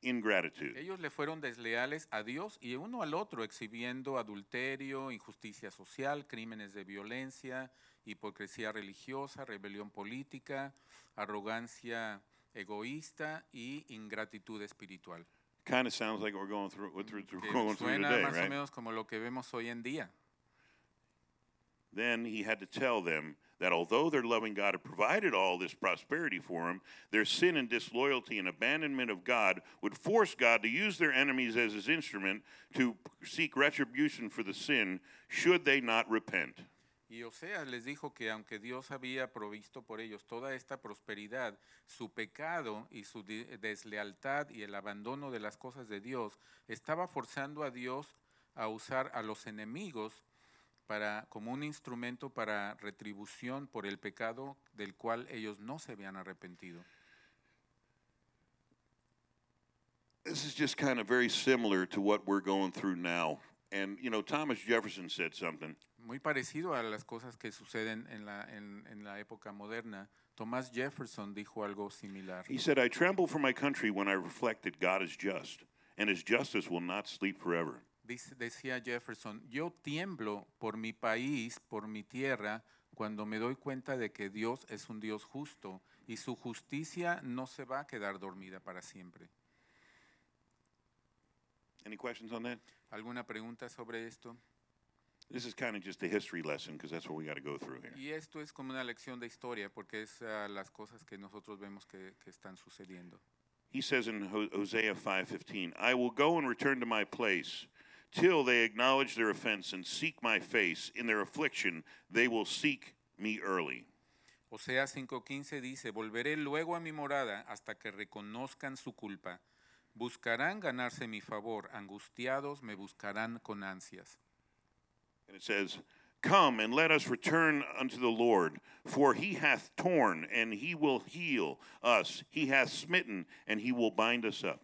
[SPEAKER 1] ingratitude.
[SPEAKER 2] Ellos le fueron desleales a Dios y uno al otro, exhibiendo adulterio, injusticia social, crímenes de violencia, hipocresía religiosa, rebelión política, arrogancia egoísta y ingratitud espiritual.
[SPEAKER 1] Kind of sounds like what we're going through, what through, through,
[SPEAKER 2] Que
[SPEAKER 1] going through
[SPEAKER 2] suena
[SPEAKER 1] today,
[SPEAKER 2] más o
[SPEAKER 1] right?
[SPEAKER 2] menos como lo que vemos hoy en día.
[SPEAKER 1] Then he had to tell them that although their loving God had provided all this prosperity for them, their sin and disloyalty and abandonment of God would force God to use their enemies as his instrument to seek retribution for the sin should they not repent.
[SPEAKER 2] Y Oseas les dijo que aunque Dios había provisto por ellos toda esta prosperidad, su pecado y su di- deslealtad y el abandono de las cosas de Dios estaba forzando a Dios a usar a los enemigos para, como un instrumento para retribución por el pecado del cual ellos no se habían arrepentido.
[SPEAKER 1] This is just kind of very similar to what we're going through now. And, you know, Thomas Jefferson said something.
[SPEAKER 2] Muy parecido a las cosas que suceden en la, en- en la época moderna, Thomas Jefferson dijo algo similar.
[SPEAKER 1] He said, I tremble for my country when I reflect that God is just, and his justice will not sleep forever.
[SPEAKER 2] Dice- decía Jefferson, yo tiemblo por mi país, por mi tierra, cuando me doy cuenta de que Dios es un Dios justo y su justicia no se va a quedar dormida para siempre.
[SPEAKER 1] Any questions on that?
[SPEAKER 2] ¿Alguna pregunta sobre esto?
[SPEAKER 1] This is kind of just a history lesson because that's what we got to go through here.
[SPEAKER 2] Y esto es como una lección de historia, porque es ah, las cosas que nosotros vemos que, que están sucediendo.
[SPEAKER 1] He says in Ho- Hosea 5:15, "I will go and return to my place till they acknowledge their offense and seek my face in their affliction, they will seek me early."
[SPEAKER 2] Osea 5:15 dice, volveré luego a mi morada hasta que reconozcan su culpa. Buscarán ganarse mi favor, angustiados me buscarán con ansias.
[SPEAKER 1] And it says, "Come and let us return unto the Lord, for he hath torn and he will heal us; he hath smitten and he will bind us up."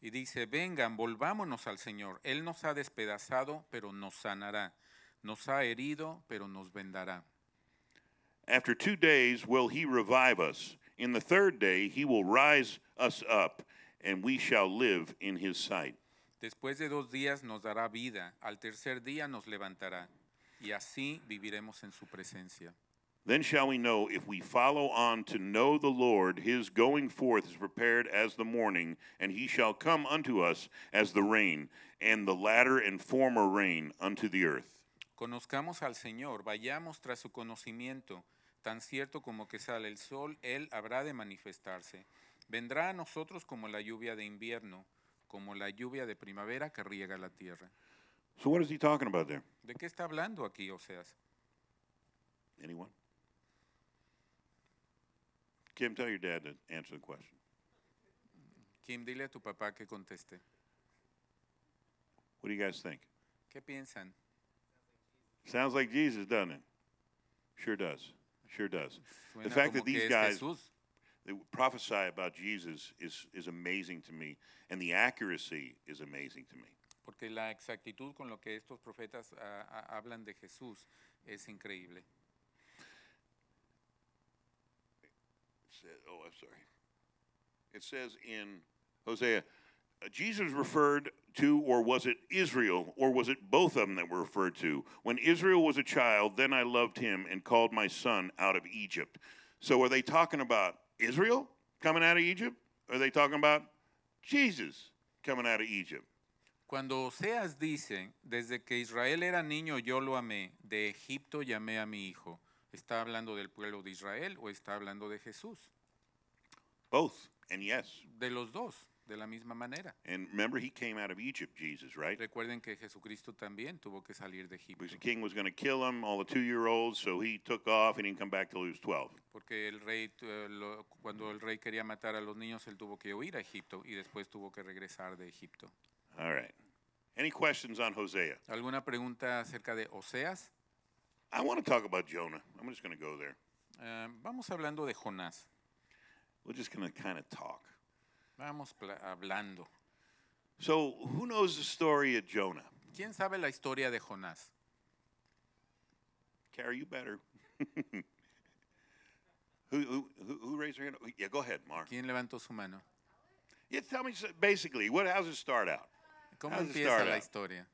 [SPEAKER 2] Y dice, vengan, volvámonos al Señor. Él nos ha despedazado, pero nos sanará. Nos ha herido, pero nos vendará.
[SPEAKER 1] After two days will he revive us. In the third day he will rise us up, and we shall live in his sight.
[SPEAKER 2] Después de dos días nos dará vida, al tercer día nos levantará, y así viviremos en su presencia.
[SPEAKER 1] Then shall we know if we follow on to know the Lord, his going forth is prepared as the morning, and he shall come unto us as the rain, and the latter and former rain unto the earth.
[SPEAKER 2] Conozcamos al Señor, vayamos tras su conocimiento. Tan cierto como que sale el sol, Él habrá de manifestarse. Vendrá a nosotros como la lluvia de invierno, como la lluvia de primavera que riega la tierra.
[SPEAKER 1] So, what is he talking about there?
[SPEAKER 2] ¿De qué está hablando aquí, Oseas?
[SPEAKER 1] Anyone? Kim, tell your dad to answer the question.
[SPEAKER 2] Kim, dile a tu papá que conteste.
[SPEAKER 1] What do you guys think?
[SPEAKER 2] ¿Qué piensan?
[SPEAKER 1] Sounds like Jesus, doesn't it? Sure does. Sure does.
[SPEAKER 2] Suena
[SPEAKER 1] the fact
[SPEAKER 2] como
[SPEAKER 1] that these
[SPEAKER 2] que es
[SPEAKER 1] guys
[SPEAKER 2] Jesús.
[SPEAKER 1] they prophesy about Jesus is, is amazing to me, and the accuracy is amazing to me.
[SPEAKER 2] Porque la exactitud con lo que estos profetas ah, ah, hablan de Jesús es increíble.
[SPEAKER 1] It says, oh, I'm sorry. It says in Hosea, uh, Jesus referred to, or was it Israel, or was it both of them that were referred to? When Israel was a child, then I loved him and called my son out of Egypt. So are they talking about Israel coming out of Egypt? Or are they talking about Jesus coming out of Egypt?
[SPEAKER 2] Cuando Oseas dice, desde que Israel era niño yo lo amé, de Egipto llamé a mi hijo, ¿está hablando del pueblo de Israel o está hablando de Jesús?
[SPEAKER 1] Both, and yes.
[SPEAKER 2] De los dos, de la misma manera.
[SPEAKER 1] And remember, he came out of Egypt, Jesus, right?
[SPEAKER 2] Recuerden que Jesucristo también tuvo que salir de Egipto,
[SPEAKER 1] Because the king was going to kill him, all the two year olds, so he took off and he didn't come back till he was 12.
[SPEAKER 2] porque el rey, eh, lo- cuando el rey quería matar a los niños, él tuvo que huir a Egipto y después tuvo que regresar de Egipto.
[SPEAKER 1] All right. Any questions on Hosea?
[SPEAKER 2] ¿Alguna pregunta acerca de Oseas?
[SPEAKER 1] I want to talk about Jonah. I'm just going to go there.
[SPEAKER 2] Eh, vamos hablando de Jonás,
[SPEAKER 1] We're just going to kind of talk.
[SPEAKER 2] vamos pla- hablando.
[SPEAKER 1] So, who knows the story of Jonah?
[SPEAKER 2] ¿Quién sabe la historia de Jonás?
[SPEAKER 1] Carrie, you better. who, who, who, who raised their hand? Yeah, go ahead, Mark.
[SPEAKER 2] ¿Quién levantó su mano?
[SPEAKER 1] Yeah, tell me s- basically, what, how's it start out?
[SPEAKER 2] ¿Cómo
[SPEAKER 1] How's it
[SPEAKER 2] empieza
[SPEAKER 1] start
[SPEAKER 2] la
[SPEAKER 1] out?
[SPEAKER 2] historia?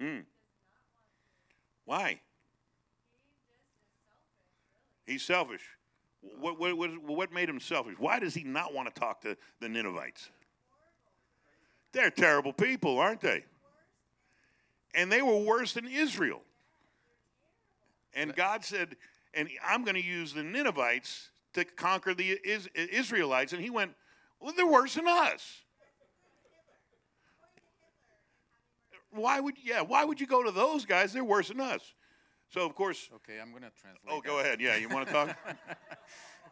[SPEAKER 1] Mm. Why? He's selfish. What, what, what, what made him selfish? Why does he not want to talk to the Ninevites? They're terrible people, aren't they? And they were worse than Israel. And God said, and I'm going to use the Ninevites to conquer the Is- Israelites. And he went, well, they're worse than us. Why would, yeah, why would you go to those guys? They're worse than us. So, of course,
[SPEAKER 2] Okay, I'm gonna translate.
[SPEAKER 1] Oh, go
[SPEAKER 2] that.
[SPEAKER 1] ahead. Yeah, you want to talk?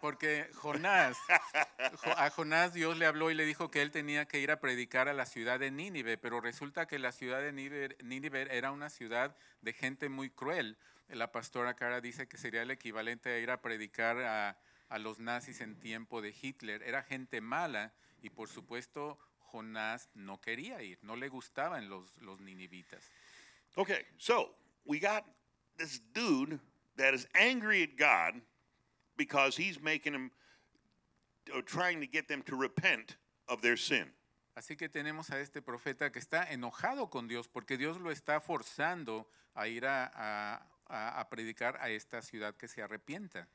[SPEAKER 2] Porque Jonás, Jo- a Jonás Dios le habló y le dijo que él tenía que ir a predicar a la ciudad de Nínive, pero resulta que la ciudad de Nínive, Nínive era una ciudad de gente muy cruel. La pastora Cara dice que sería el equivalente a ir a predicar a, a los nazis en tiempo de Hitler. Era gente mala y por supuesto Jonás no quería ir, no le gustaban los, los ninivitas.
[SPEAKER 1] okay, so we got this dude that is angry at God because he's making him or trying to get them to repent of their sin.
[SPEAKER 2] Así que tenemos a este profeta que está enojado con Dios porque Dios lo está forzando a ir a, a- a- a predicar a esta ciudad que se arrepienta.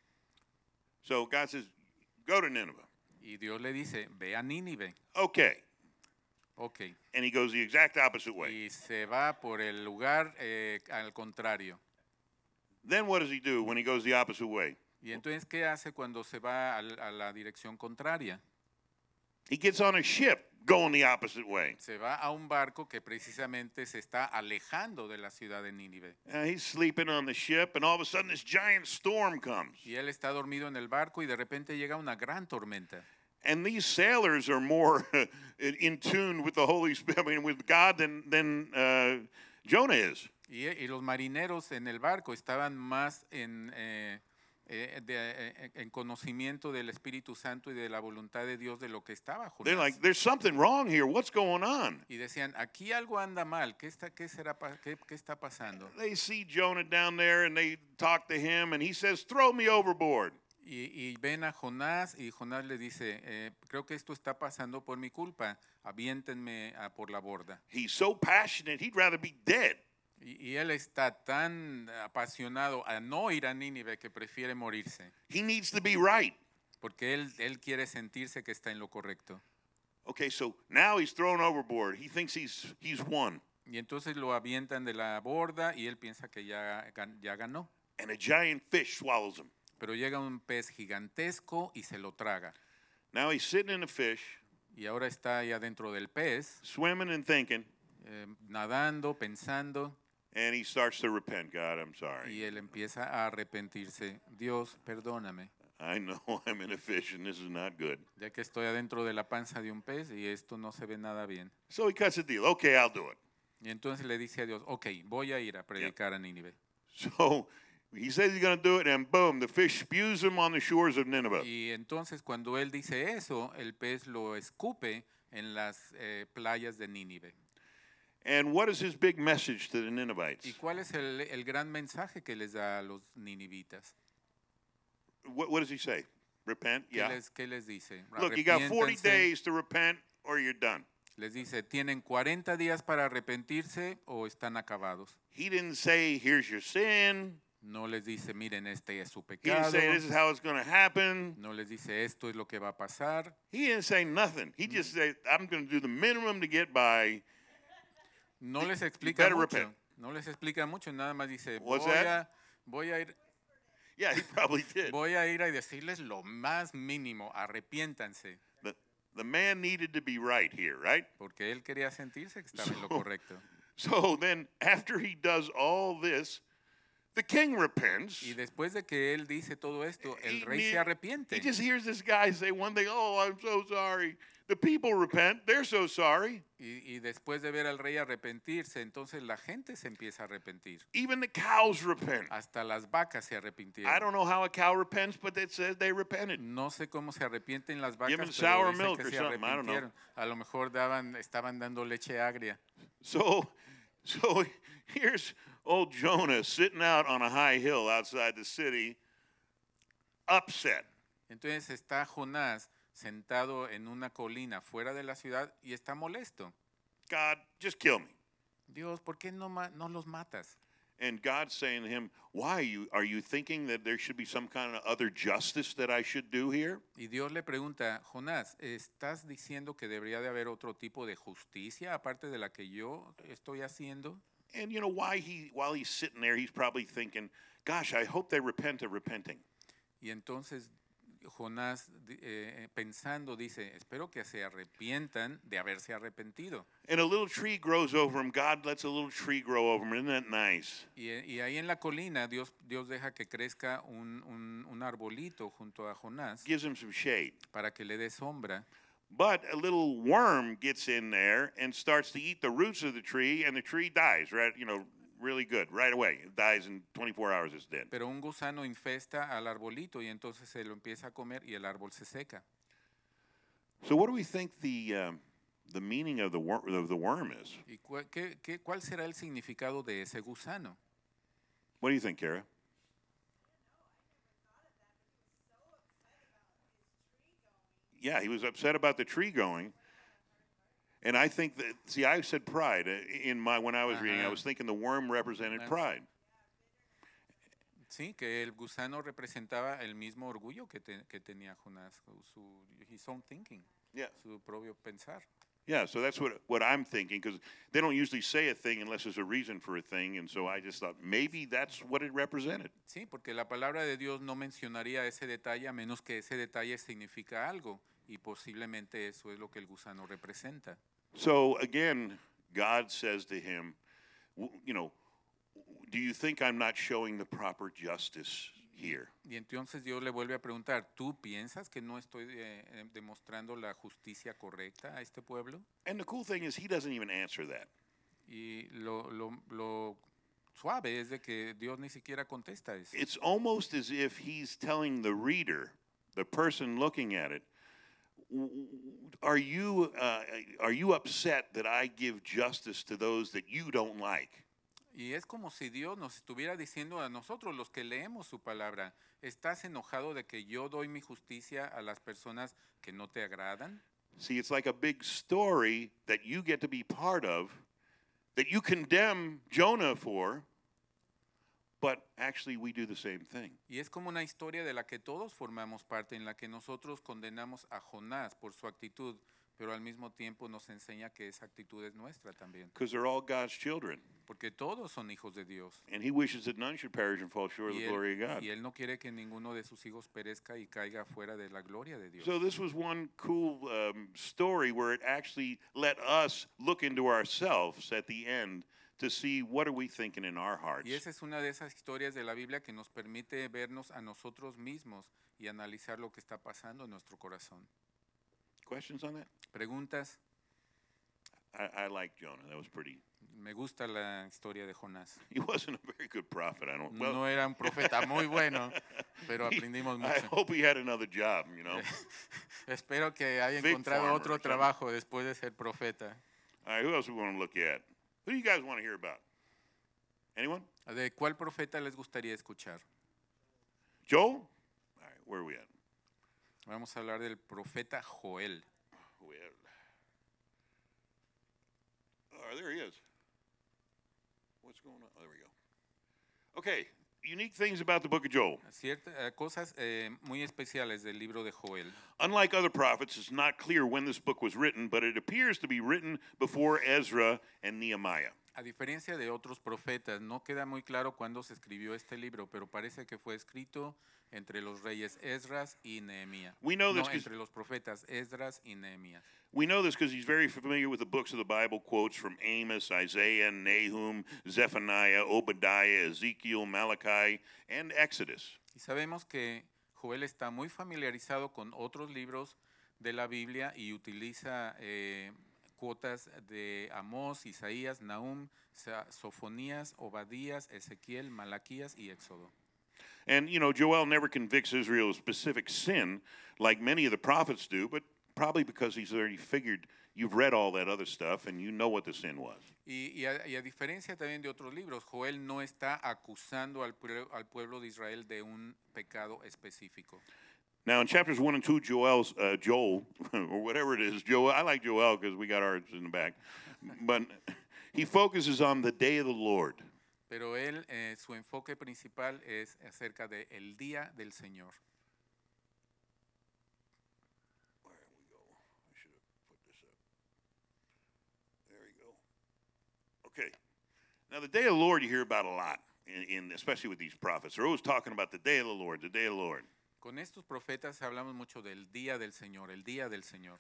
[SPEAKER 1] So God says, "Go to Nineveh."
[SPEAKER 2] Y Dios le dice, ve a Nínive.
[SPEAKER 1] Okay.
[SPEAKER 2] Ok.
[SPEAKER 1] and he goes the exact opposite way.
[SPEAKER 2] Y se va por el lugar eh, al contrario.
[SPEAKER 1] Then what does he do when he goes the opposite way?
[SPEAKER 2] ¿Y entonces qué hace cuando se va al- a la dirección contraria?
[SPEAKER 1] He gets on a ship going the opposite way.
[SPEAKER 2] Se va a un barco que precisamente se está alejando de la ciudad de Nínive.
[SPEAKER 1] Uh, he's sleeping on the ship, and all of a sudden, this giant storm comes.
[SPEAKER 2] Y él está dormido en el barco y de repente llega una gran tormenta.
[SPEAKER 1] And these sailors are more in in tune with the Holy Spirit, I mean, with God, than, than uh, Jonah is.
[SPEAKER 2] Y, y los marineros en el barco estaban más en, eh, eh, de- eh, en conocimiento del Espíritu Santo y de la voluntad de Dios de lo que estaba
[SPEAKER 1] They're
[SPEAKER 2] Jonás.
[SPEAKER 1] like, there's something wrong here. What's going on?
[SPEAKER 2] y decían, aquí algo anda mal, ¿qué está, qué será, pa- qué- qué está pasando?
[SPEAKER 1] They see Jonah down there and they talk to him, and he says, Throw me overboard.
[SPEAKER 2] Y, y ven a Jonás y Jonás le dice, "Eh, creo que esto está pasando por mi culpa, aviéntenme ah, por la borda.
[SPEAKER 1] He's so passionate, he'd rather be dead.
[SPEAKER 2] Y, y él está tan apasionado a no ir a Nínive que prefiere morirse,
[SPEAKER 1] He needs to be right.
[SPEAKER 2] porque él, él quiere sentirse que está en lo correcto.
[SPEAKER 1] Okay, so now he's thrown overboard. He thinks he's he's won.
[SPEAKER 2] Y entonces lo avientan de la borda y él piensa que ya, gan- ya ganó.
[SPEAKER 1] And a giant fish swallows him.
[SPEAKER 2] Pero llega un pez gigantesco y se lo traga.
[SPEAKER 1] Now he's sitting in a fish,
[SPEAKER 2] Y ahora está ahí adentro del pez,
[SPEAKER 1] swimming and thinking,
[SPEAKER 2] eh, nadando, pensando,
[SPEAKER 1] and he starts to repent. God, I'm sorry.
[SPEAKER 2] y él empieza a arrepentirse. Dios, perdóname,
[SPEAKER 1] I know I'm in a fish and this is not good.
[SPEAKER 2] ya que estoy adentro de la panza de un pez y esto no se ve nada bien.
[SPEAKER 1] So he cuts a deal. Okay, I'll do it.
[SPEAKER 2] Y entonces le dice a Dios, ok, voy a ir a predicar a Nínive.
[SPEAKER 1] So he says he's going to do it, and boom, the fish spews him on the shores of Nineveh.
[SPEAKER 2] Y entonces cuando él dice eso, el pez lo escupe en las eh, playas de Nínive.
[SPEAKER 1] And what is his big message to the Ninevites?
[SPEAKER 2] ¿Y cuál es el, el gran mensaje que les da a los ninivitas?
[SPEAKER 1] What, what does he say? Repent?
[SPEAKER 2] ¿Qué,
[SPEAKER 1] Yeah.
[SPEAKER 2] les, qué les dice?
[SPEAKER 1] Look, you got 40
[SPEAKER 2] Arrepiéntanse.
[SPEAKER 1] days to repent or you're done.
[SPEAKER 2] Les dice, ¿tienen 40 días para arrepentirse o están acabados?
[SPEAKER 1] He didn't say, here's your sin.
[SPEAKER 2] No les dice, miren, este es su
[SPEAKER 1] He didn't
[SPEAKER 2] pecado.
[SPEAKER 1] say, this is how it's going to happen.
[SPEAKER 2] No les dice, esto es lo que va a pasar.
[SPEAKER 1] He didn't say nothing. He just said, I'm going to do the minimum to get by.
[SPEAKER 2] No
[SPEAKER 1] You-
[SPEAKER 2] les
[SPEAKER 1] you
[SPEAKER 2] explica
[SPEAKER 1] better
[SPEAKER 2] mucho.
[SPEAKER 1] repent.
[SPEAKER 2] No les explica mucho, nada más dice, voy
[SPEAKER 1] What's that?
[SPEAKER 2] a, voy, a ir,
[SPEAKER 1] Yeah, he probably did.
[SPEAKER 2] voy a ir a decirles lo más mínimo, arrepiéntanse.
[SPEAKER 1] The, the man needed to be right here, right?
[SPEAKER 2] Porque él quería sentirse que estaba en lo
[SPEAKER 1] So-
[SPEAKER 2] correcto.
[SPEAKER 1] So then, after he does all this, the king repents.
[SPEAKER 2] Y después de que él dice todo esto, el
[SPEAKER 1] He
[SPEAKER 2] rey
[SPEAKER 1] need-
[SPEAKER 2] se arrepiente.
[SPEAKER 1] He just hears this guy say one thing, oh, I'm so sorry. The people repent. They're so sorry.
[SPEAKER 2] Y, y después de ver al rey arrepentirse, entonces la gente se empieza a arrepentir.
[SPEAKER 1] Even the cows repent.
[SPEAKER 2] Hasta las vacas se
[SPEAKER 1] I
[SPEAKER 2] arrepintieron.
[SPEAKER 1] don't know how a cow repents, but it says they repented.
[SPEAKER 2] No sé cómo se arrepienten las
[SPEAKER 1] Give
[SPEAKER 2] vacas,
[SPEAKER 1] them
[SPEAKER 2] pero
[SPEAKER 1] sour
[SPEAKER 2] dicen
[SPEAKER 1] milk
[SPEAKER 2] que
[SPEAKER 1] or
[SPEAKER 2] se
[SPEAKER 1] something, I don't know.
[SPEAKER 2] arrepintieron. A lo mejor daban, estaban dando leche agria.
[SPEAKER 1] So, so here's old Jonah sitting out on a high hill outside the city, upset.
[SPEAKER 2] Entonces está Jonás sentado en una colina fuera de la ciudad y está molesto.
[SPEAKER 1] God, just kill me.
[SPEAKER 2] Dios, ¿por qué no, ma- no los matas?
[SPEAKER 1] And God's saying to him, Why are you, are you thinking that there should be some kind of other justice that I should do here?
[SPEAKER 2] Y Dios le pregunta, Jonás, ¿estás diciendo que debería de haber otro tipo de justicia aparte de la que yo estoy haciendo?
[SPEAKER 1] And you know why he while he's sitting there, he's probably thinking, "Gosh, I hope they repent of repenting."
[SPEAKER 2] Y entonces Jonás, di- eh, pensando, dice, espero que se arrepientan de haberse arrepentido.
[SPEAKER 1] And a little tree grows over him. God lets a little tree grow over him. Isn't that nice?
[SPEAKER 2] Y, eh, y ahí en la colina Dios, Dios deja que crezca un, un- un arbolito junto a Jonás
[SPEAKER 1] Gives him some shade.
[SPEAKER 2] para que le dé sombra.
[SPEAKER 1] But a little worm gets in there and starts to eat the roots of the tree, and the tree dies. Right? You know, really good right away. It dies in 24 hours. It's dead.
[SPEAKER 2] Pero un gusano infesta al arbolito y entonces se lo empieza a comer y el árbol se seca.
[SPEAKER 1] So, what do we think the um, the meaning of the wor- of the worm is?
[SPEAKER 2] ¿Y cua- qué- qué- cuál será el significado de ese gusano?
[SPEAKER 1] What do you think, Kara? Yeah, he was upset about the tree going. And I think that see, I said pride uh, in my when I was reading. I
[SPEAKER 2] Uh-huh.
[SPEAKER 1] was thinking the worm represented
[SPEAKER 2] That's-
[SPEAKER 1] pride.
[SPEAKER 2] Sí, que el gusano representaba el mismo orgullo que, te- que tenía Jonás, su- su, his own thinking,
[SPEAKER 1] Yeah.
[SPEAKER 2] su propio pensar.
[SPEAKER 1] Yeah, so that's what, what I'm thinking because they don't usually say a thing unless there's a reason for a thing. And so I just thought maybe that's what it represented.
[SPEAKER 2] Sí, porque la palabra de Dios no mencionaría ese detalle a menos que ese detalle significa algo y posiblemente eso es lo que el gusano representa.
[SPEAKER 1] So again, God says to him, w- You know, do you think I'm not showing the proper justice here?
[SPEAKER 2] Y entonces Dios le vuelve a preguntar, ¿tú piensas que no estoy eh, eh, demostrando la justicia correcta a este pueblo?
[SPEAKER 1] And the cool thing is, he doesn't even answer that.
[SPEAKER 2] Y lo, lo- lo suave es de que Dios ni siquiera contesta eso.
[SPEAKER 1] It's almost as if he's telling the reader, the person looking at it, "W- w- are you, uh, are you upset that I give justice to those that you don't like?
[SPEAKER 2] Y es como si Dios nos estuviera diciendo a nosotros, los que leemos su palabra, ¿estás enojado de que yo doy mi justicia a las personas que no te agradan?
[SPEAKER 1] See, it's like a big story that you get to be part of that you condemn Jonah for, but actually we do the same thing.
[SPEAKER 2] Y es como una historia de la que todos formamos parte, en la que nosotros condenamos a Jonás por su actitud, pero al mismo tiempo nos enseña que esa actitud es nuestra también,
[SPEAKER 1] Because they're all God's children,
[SPEAKER 2] porque todos son hijos de Dios.
[SPEAKER 1] and He wishes that none should perish and fall short of
[SPEAKER 2] Y
[SPEAKER 1] the glory of
[SPEAKER 2] él,
[SPEAKER 1] God.
[SPEAKER 2] y él no quiere que ninguno de sus hijos perezca y caiga fuera de la gloria de Dios.
[SPEAKER 1] So this was one cool um, story where it actually let us look into ourselves at the end to see what are we thinking in our hearts.
[SPEAKER 2] Y esa es una de esas historias de la Biblia que nos permite vernos a nosotros mismos y analizar lo que está pasando en nuestro corazón.
[SPEAKER 1] Questions on that?
[SPEAKER 2] Preguntas.
[SPEAKER 1] I, I like Jonah. That was pretty.
[SPEAKER 2] Me gusta la historia de Jonás.
[SPEAKER 1] He wasn't a very good prophet. I don't. Well,
[SPEAKER 2] no era un profeta muy bueno, pero
[SPEAKER 1] he-
[SPEAKER 2] aprendimos
[SPEAKER 1] I
[SPEAKER 2] mucho.
[SPEAKER 1] hope he had another job. You know,
[SPEAKER 2] Espero que haya
[SPEAKER 1] Fig
[SPEAKER 2] encontrado
[SPEAKER 1] farmer or
[SPEAKER 2] otro
[SPEAKER 1] something.
[SPEAKER 2] trabajo después de ser profeta.
[SPEAKER 1] all right. Who else we want to look at? Who do you guys want to hear about? Anyone?
[SPEAKER 2] ¿De cuál profeta les gustaría escuchar?
[SPEAKER 1] Joel? All right. Where are we at?
[SPEAKER 2] Vamos a hablar del profeta Joel.
[SPEAKER 1] Well, oh, there he is. What's going on? Oh, there we go. Okay, unique things about the book of Joel.
[SPEAKER 2] Ciertas eh, cosas eh, muy especiales del libro de Joel.
[SPEAKER 1] Unlike other prophets, it's not clear when this book was written, but it appears to be written before Ezra and Nehemiah.
[SPEAKER 2] A diferencia de otros profetas, no queda muy claro cuándo se escribió este libro, pero parece que fue escrito entre los reyes Esdras y Nehemías.
[SPEAKER 1] We know this
[SPEAKER 2] No,
[SPEAKER 1] 'cause-
[SPEAKER 2] entre los profetas Esdras y Nehemías.
[SPEAKER 1] We know this because he's very familiar with the books of the Bible, quotes from Amos, Isaiah, Nahum, Zephaniah, Obadiah, Ezekiel, Malachi, and Exodus.
[SPEAKER 2] Y sabemos que Joel está muy familiarizado con otros libros de la Biblia y utiliza eh, cuotas de Amós, Isaías, Nahum, Sa- Sofonías, Obadías, Ezequiel, Malaquías y Éxodo.
[SPEAKER 1] And, you know, Joel never convicts Israel of specific sin like many of the prophets do, but probably because he's already figured you've read all that other stuff and you know what the sin was.
[SPEAKER 2] Y, y a, y a diferencia también de otros libros, Joel no está acusando al, pue- al pueblo de Israel de un pecado específico.
[SPEAKER 1] Now, in chapters 1 and 2, Joel's, uh, Joel, or whatever it is, Joel, I like Joel because we got ours in the back, but he focuses on the day of the Lord.
[SPEAKER 2] Pero él, eh, su enfoque principal es acerca del el día del Señor.
[SPEAKER 1] There we go. Okay. Now, the day of the Lord you hear about a lot, in, in, especially with these prophets. They're always talking about the day of the Lord, the day of the Lord.
[SPEAKER 2] Con estos profetas hablamos mucho del día del Señor, el día del Señor.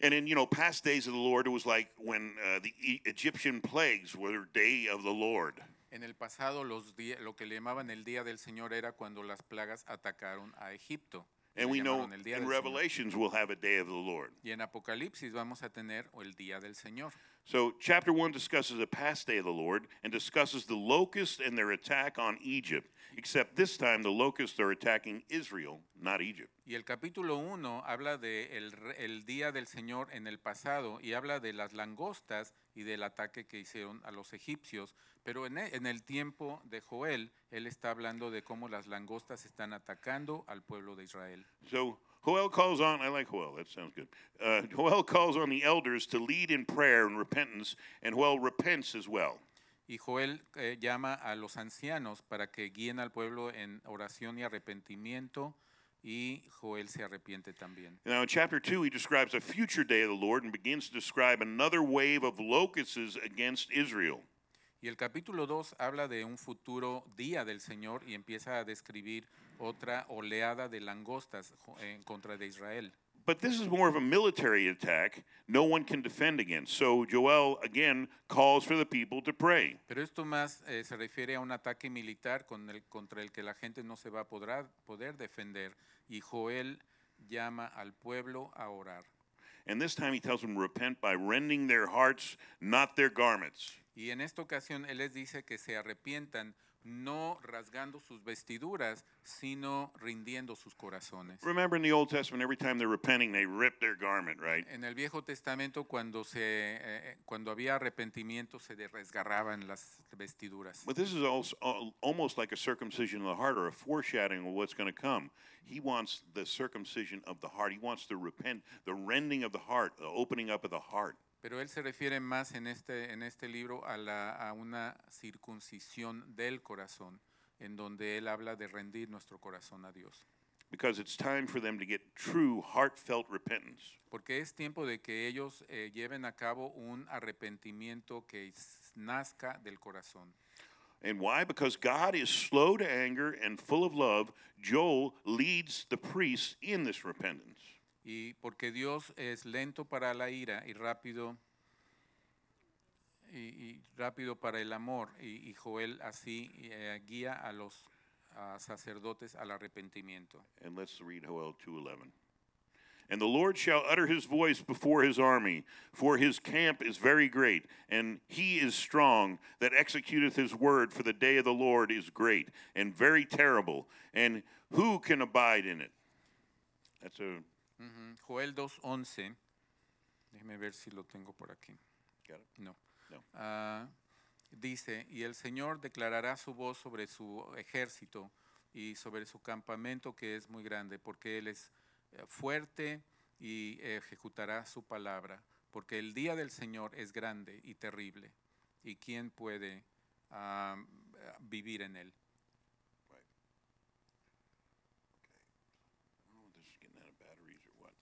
[SPEAKER 1] And in you know past days of the Lord, it was like when uh, the E- Egyptian plagues were day of the Lord.
[SPEAKER 2] En el pasado los di- lo que le llamaban el día del Señor era cuando las plagas atacaron a Egipto.
[SPEAKER 1] And
[SPEAKER 2] Le
[SPEAKER 1] we know
[SPEAKER 2] llamaron el día
[SPEAKER 1] in
[SPEAKER 2] del Señor.
[SPEAKER 1] Revelations we'll have a day of the Lord.
[SPEAKER 2] Y en Apocalipsis vamos a tener el día del Señor.
[SPEAKER 1] So chapter one discusses the past day of the Lord and discusses the locusts and their attack on Egypt. Except this time, the locusts are attacking Israel, not Egypt.
[SPEAKER 2] Y el capítulo 1 habla de el, re- el día del Señor en el pasado y habla de las langostas y del ataque que hicieron a los egipcios. Pero en e- en el tiempo de Joel, él está hablando de cómo las langostas están atacando al pueblo de Israel.
[SPEAKER 1] So Joel calls on, I like Joel, that sounds good. Uh, Joel calls on the elders to lead in prayer and repentance, and Joel repents as well.
[SPEAKER 2] Y Joel eh, llama a los ancianos para que guíen al pueblo en oración y arrepentimiento y Joel se arrepiente también.
[SPEAKER 1] Now, in chapter 2, he describes a future day of the Lord and begins to describe another wave of locusts against Israel.
[SPEAKER 2] Y el capítulo 2 habla de un futuro día del Señor y empieza a describir otra oleada de langostas jo- en contra de Israel.
[SPEAKER 1] But this is more of a military attack no one can defend against. So Joel again calls for the people to pray.
[SPEAKER 2] Pero esto más eh, se refiere a un ataque militar con el- contra el que la gente no se va a podrá- poder defender. Y Joel llama al pueblo a orar.
[SPEAKER 1] And this time he tells them to repent by rending their hearts, not their garments.
[SPEAKER 2] Y en esta ocasión Él les dice que se arrepientan, no rasgando sus vestiduras, sino rindiendo sus corazones.
[SPEAKER 1] Remember in the Old Testament, every time they're repenting, they rip their garment, right?
[SPEAKER 2] En el Viejo Testamento, cuando, se, eh, cuando había arrepentimiento, se de- resgarraban las vestiduras.
[SPEAKER 1] But this is also, al- almost like a circumcision of the heart or a foreshadowing of what's going to come. He wants the circumcision of the heart. He wants the repent, the rending of the heart, the opening up of the heart.
[SPEAKER 2] Pero él se refiere más en este, en este libro a, la, a una circuncisión del corazón, en donde él habla de rendir nuestro corazón a Dios.
[SPEAKER 1] Because it's time for them to get true, heartfelt repentance.
[SPEAKER 2] Porque es tiempo de que ellos eh, lleven a cabo un arrepentimiento que s- nazca del corazón.
[SPEAKER 1] And why? Because God is slow to anger and full of love. Joel leads the priests in this repentance.
[SPEAKER 2] Y porque Dios es lento para la ira y rápido y, y rápido para el amor. Y, y Joel así eh, guía a los a sacerdotes al arrepentimiento.
[SPEAKER 1] And let's read Joel 2:11. And the Lord shall utter his voice before his army, for his camp is very great, and he is strong that executeth his word, for the day of the Lord is great and very terrible, and who can abide in it? That's a
[SPEAKER 2] Ujú, Joel 2.11. Déjeme ver si lo tengo por aquí.
[SPEAKER 1] got it?
[SPEAKER 2] No.
[SPEAKER 1] No.
[SPEAKER 2] Ah, dice, y el Señor declarará su voz sobre su ejército y sobre su campamento que es muy grande, porque Él es eh, fuerte y ejecutará su palabra, porque el día del Señor es grande y terrible, y quién puede ah, vivir en Él.
[SPEAKER 1] I don't know if this is getting out of batteries or what.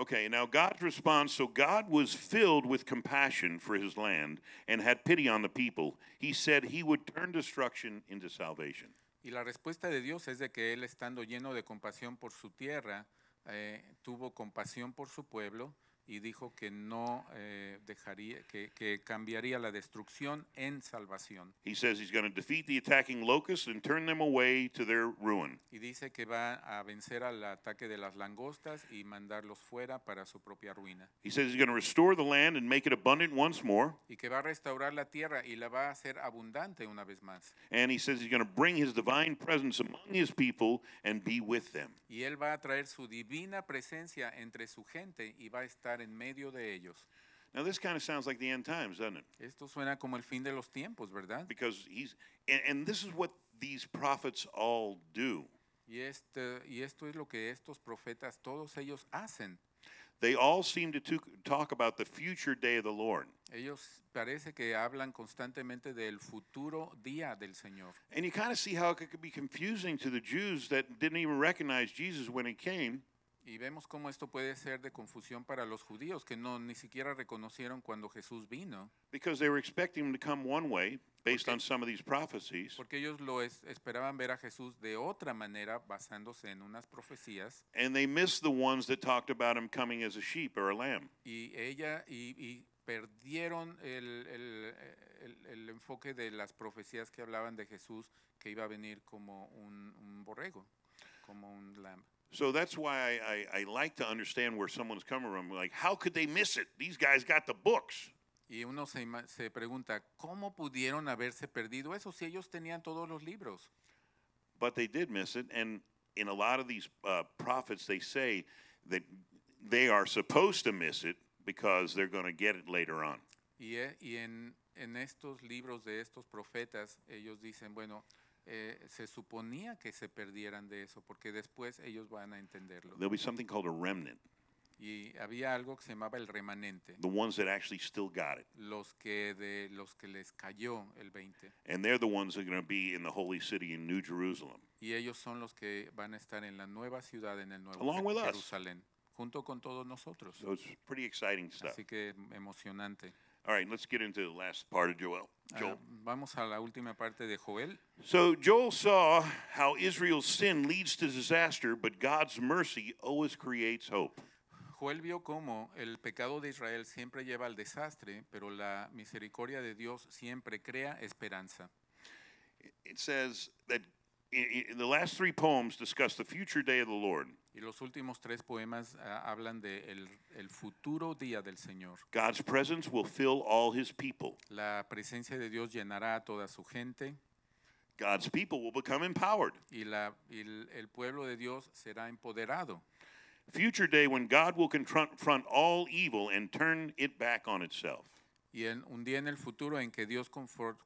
[SPEAKER 1] Okay, now God's response. So God was filled with compassion for his land and had pity on the people. He said he would turn destruction into salvation.
[SPEAKER 2] Y la respuesta de Dios es de que Él, estando lleno de compasión por su tierra, eh, tuvo compasión por su pueblo y dijo que no eh, dejaría, que, que cambiaría la destrucción en salvación.
[SPEAKER 1] He says he's going to defeat the attacking locusts and turn them away to their ruin.
[SPEAKER 2] Y dice que va a vencer al ataque de las langostas y mandarlos fuera para su propia ruina.
[SPEAKER 1] He says he's going to restore the land and make it abundant once more.
[SPEAKER 2] Y que va a restaurar la tierra y la va a hacer abundante una vez más.
[SPEAKER 1] And he says he's going to bring his divine presence among his people and be with them.
[SPEAKER 2] Y Él va a traer su divina presencia entre su gente y va a estar en medio de ellos.
[SPEAKER 1] Now, this kind of sounds like the end times, doesn't it?
[SPEAKER 2] Esto suena como el fin de los tiempos, ¿verdad?
[SPEAKER 1] Because he's, and, and this is what these prophets all do.
[SPEAKER 2] Y, este, y esto es lo que estos profetas, todos ellos hacen.
[SPEAKER 1] They all seem to tu- talk about the future day of the Lord.
[SPEAKER 2] Ellos parece que hablan constantemente del futuro día del Señor.
[SPEAKER 1] And you kind of see how it could be confusing to the Jews that didn't even recognize Jesus when he came.
[SPEAKER 2] Y vemos cómo esto puede ser de confusión para los judíos, que no ni siquiera reconocieron cuando Jesús vino,
[SPEAKER 1] because they were expecting him to come one way based
[SPEAKER 2] Okay.
[SPEAKER 1] on some of these prophecies
[SPEAKER 2] porque ellos lo es- esperaban ver a Jesús de otra manera, basándose en unas profecías,
[SPEAKER 1] and they missed the ones that talked about him coming as a sheep or a lamb
[SPEAKER 2] y ella y, y perdieron el, el- el- el enfoque de las profecías que hablaban de Jesús, que iba a venir como un, un borrego, como un lamb.
[SPEAKER 1] so that's why I, I, I like to understand where someone's coming from like how could they miss it these guys got the books
[SPEAKER 2] Y uno se, ima- se pregunta, ¿cómo pudieron haberse perdido eso si ellos tenían todos los libros?
[SPEAKER 1] but they did miss it and in a lot of these uh, prophets they say that they are supposed to miss it because they're going to get it later on
[SPEAKER 2] Y, e- y en, en estos libros de estos profetas, ellos dicen, bueno, eh, se suponía que se perdieran de eso, porque después ellos van a entenderlo.
[SPEAKER 1] there'll be something called a remnant
[SPEAKER 2] y había algo que se llamaba el remanente,
[SPEAKER 1] the ones that actually still got it.
[SPEAKER 2] los que de los que les cayó el 20
[SPEAKER 1] And they're the ones that are going to be in the holy city in New Jerusalem.
[SPEAKER 2] y ellos son los que van a estar en la nueva ciudad en el nuevo
[SPEAKER 1] Along
[SPEAKER 2] Jer-
[SPEAKER 1] with us.
[SPEAKER 2] Jerusalén, junto con todos nosotros.
[SPEAKER 1] So it's pretty exciting stuff.
[SPEAKER 2] Así que emocionante.
[SPEAKER 1] All right, let's get into the last part of Joel. Joel.
[SPEAKER 2] Ahora, vamos a la última parte de Joel.
[SPEAKER 1] So Joel saw how Israel's sin leads to disaster, but God's mercy always creates hope.
[SPEAKER 2] Joel vio cómo el pecado de Israel siempre lleva al desastre, pero la misericordia de Dios siempre crea esperanza.
[SPEAKER 1] It says that i- i- the last three poems discuss the future day of the Lord,
[SPEAKER 2] Y los últimos tres poemas ah, hablan de el- el futuro día del Señor.
[SPEAKER 1] God's presence will fill all his people.
[SPEAKER 2] La presencia de Dios llenará a toda su gente
[SPEAKER 1] God's people will become empowered.
[SPEAKER 2] y, la, y el, el pueblo de Dios será empoderado.
[SPEAKER 1] Future day when God will confront confront all evil and turn it back on itself.
[SPEAKER 2] Y en un día en el futuro en que Dios confor-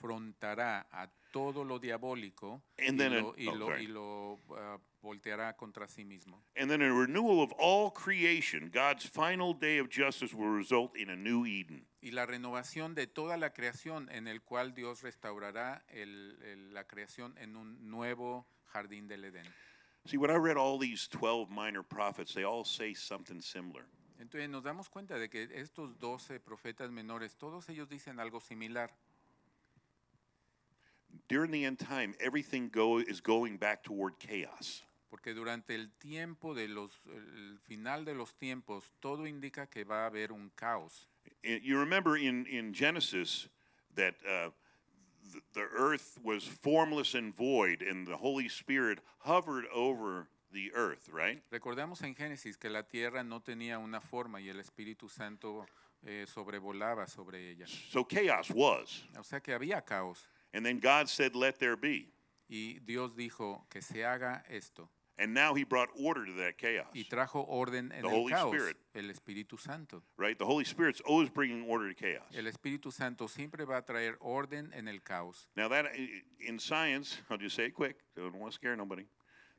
[SPEAKER 2] confrontará a todo lo diabólico y
[SPEAKER 1] And then an-
[SPEAKER 2] lo, y
[SPEAKER 1] oh,
[SPEAKER 2] lo-
[SPEAKER 1] sorry.
[SPEAKER 2] y lo, ah, volteará contra sí mismo.
[SPEAKER 1] And then a renewal of all creation, God's final day of justice will result in a new Eden.
[SPEAKER 2] Y la renovación de toda la creación en el cual Dios restaurará el- el- la creación en un nuevo jardín del Edén.
[SPEAKER 1] See, when I read all these 12 minor prophets, they all say something similar.
[SPEAKER 2] Entonces nos damos cuenta de que estos 12 profetas menores, todos ellos dicen algo similar.
[SPEAKER 1] During the end time, everything go, is going back toward chaos.
[SPEAKER 2] Porque durante el tiempo de los, el final de los tiempos, todo indica que va a haber un caos.
[SPEAKER 1] I- You remember in, in Genesis that uh, the, the earth was formless and void, and the Holy Spirit hovered over the earth, right?
[SPEAKER 2] Recordamos en Génesis que la tierra no tenía una forma y el Espíritu Santo eh, sobrevolaba sobre ella.
[SPEAKER 1] So chaos was.
[SPEAKER 2] O sea que había caos.
[SPEAKER 1] And then God said, Let there be.
[SPEAKER 2] Y Dios dijo que se haga esto.
[SPEAKER 1] And now he brought order to that chaos,
[SPEAKER 2] Y trajo orden en
[SPEAKER 1] The
[SPEAKER 2] el
[SPEAKER 1] Holy
[SPEAKER 2] caos.
[SPEAKER 1] Spirit.
[SPEAKER 2] El Espíritu Santo.
[SPEAKER 1] right? The Holy Spirit's always bringing order to chaos.
[SPEAKER 2] El Espíritu Santo siempre va a traer orden en el caos.
[SPEAKER 1] Now that i- in science, I'll just say it quick. so I don't want to scare nobody.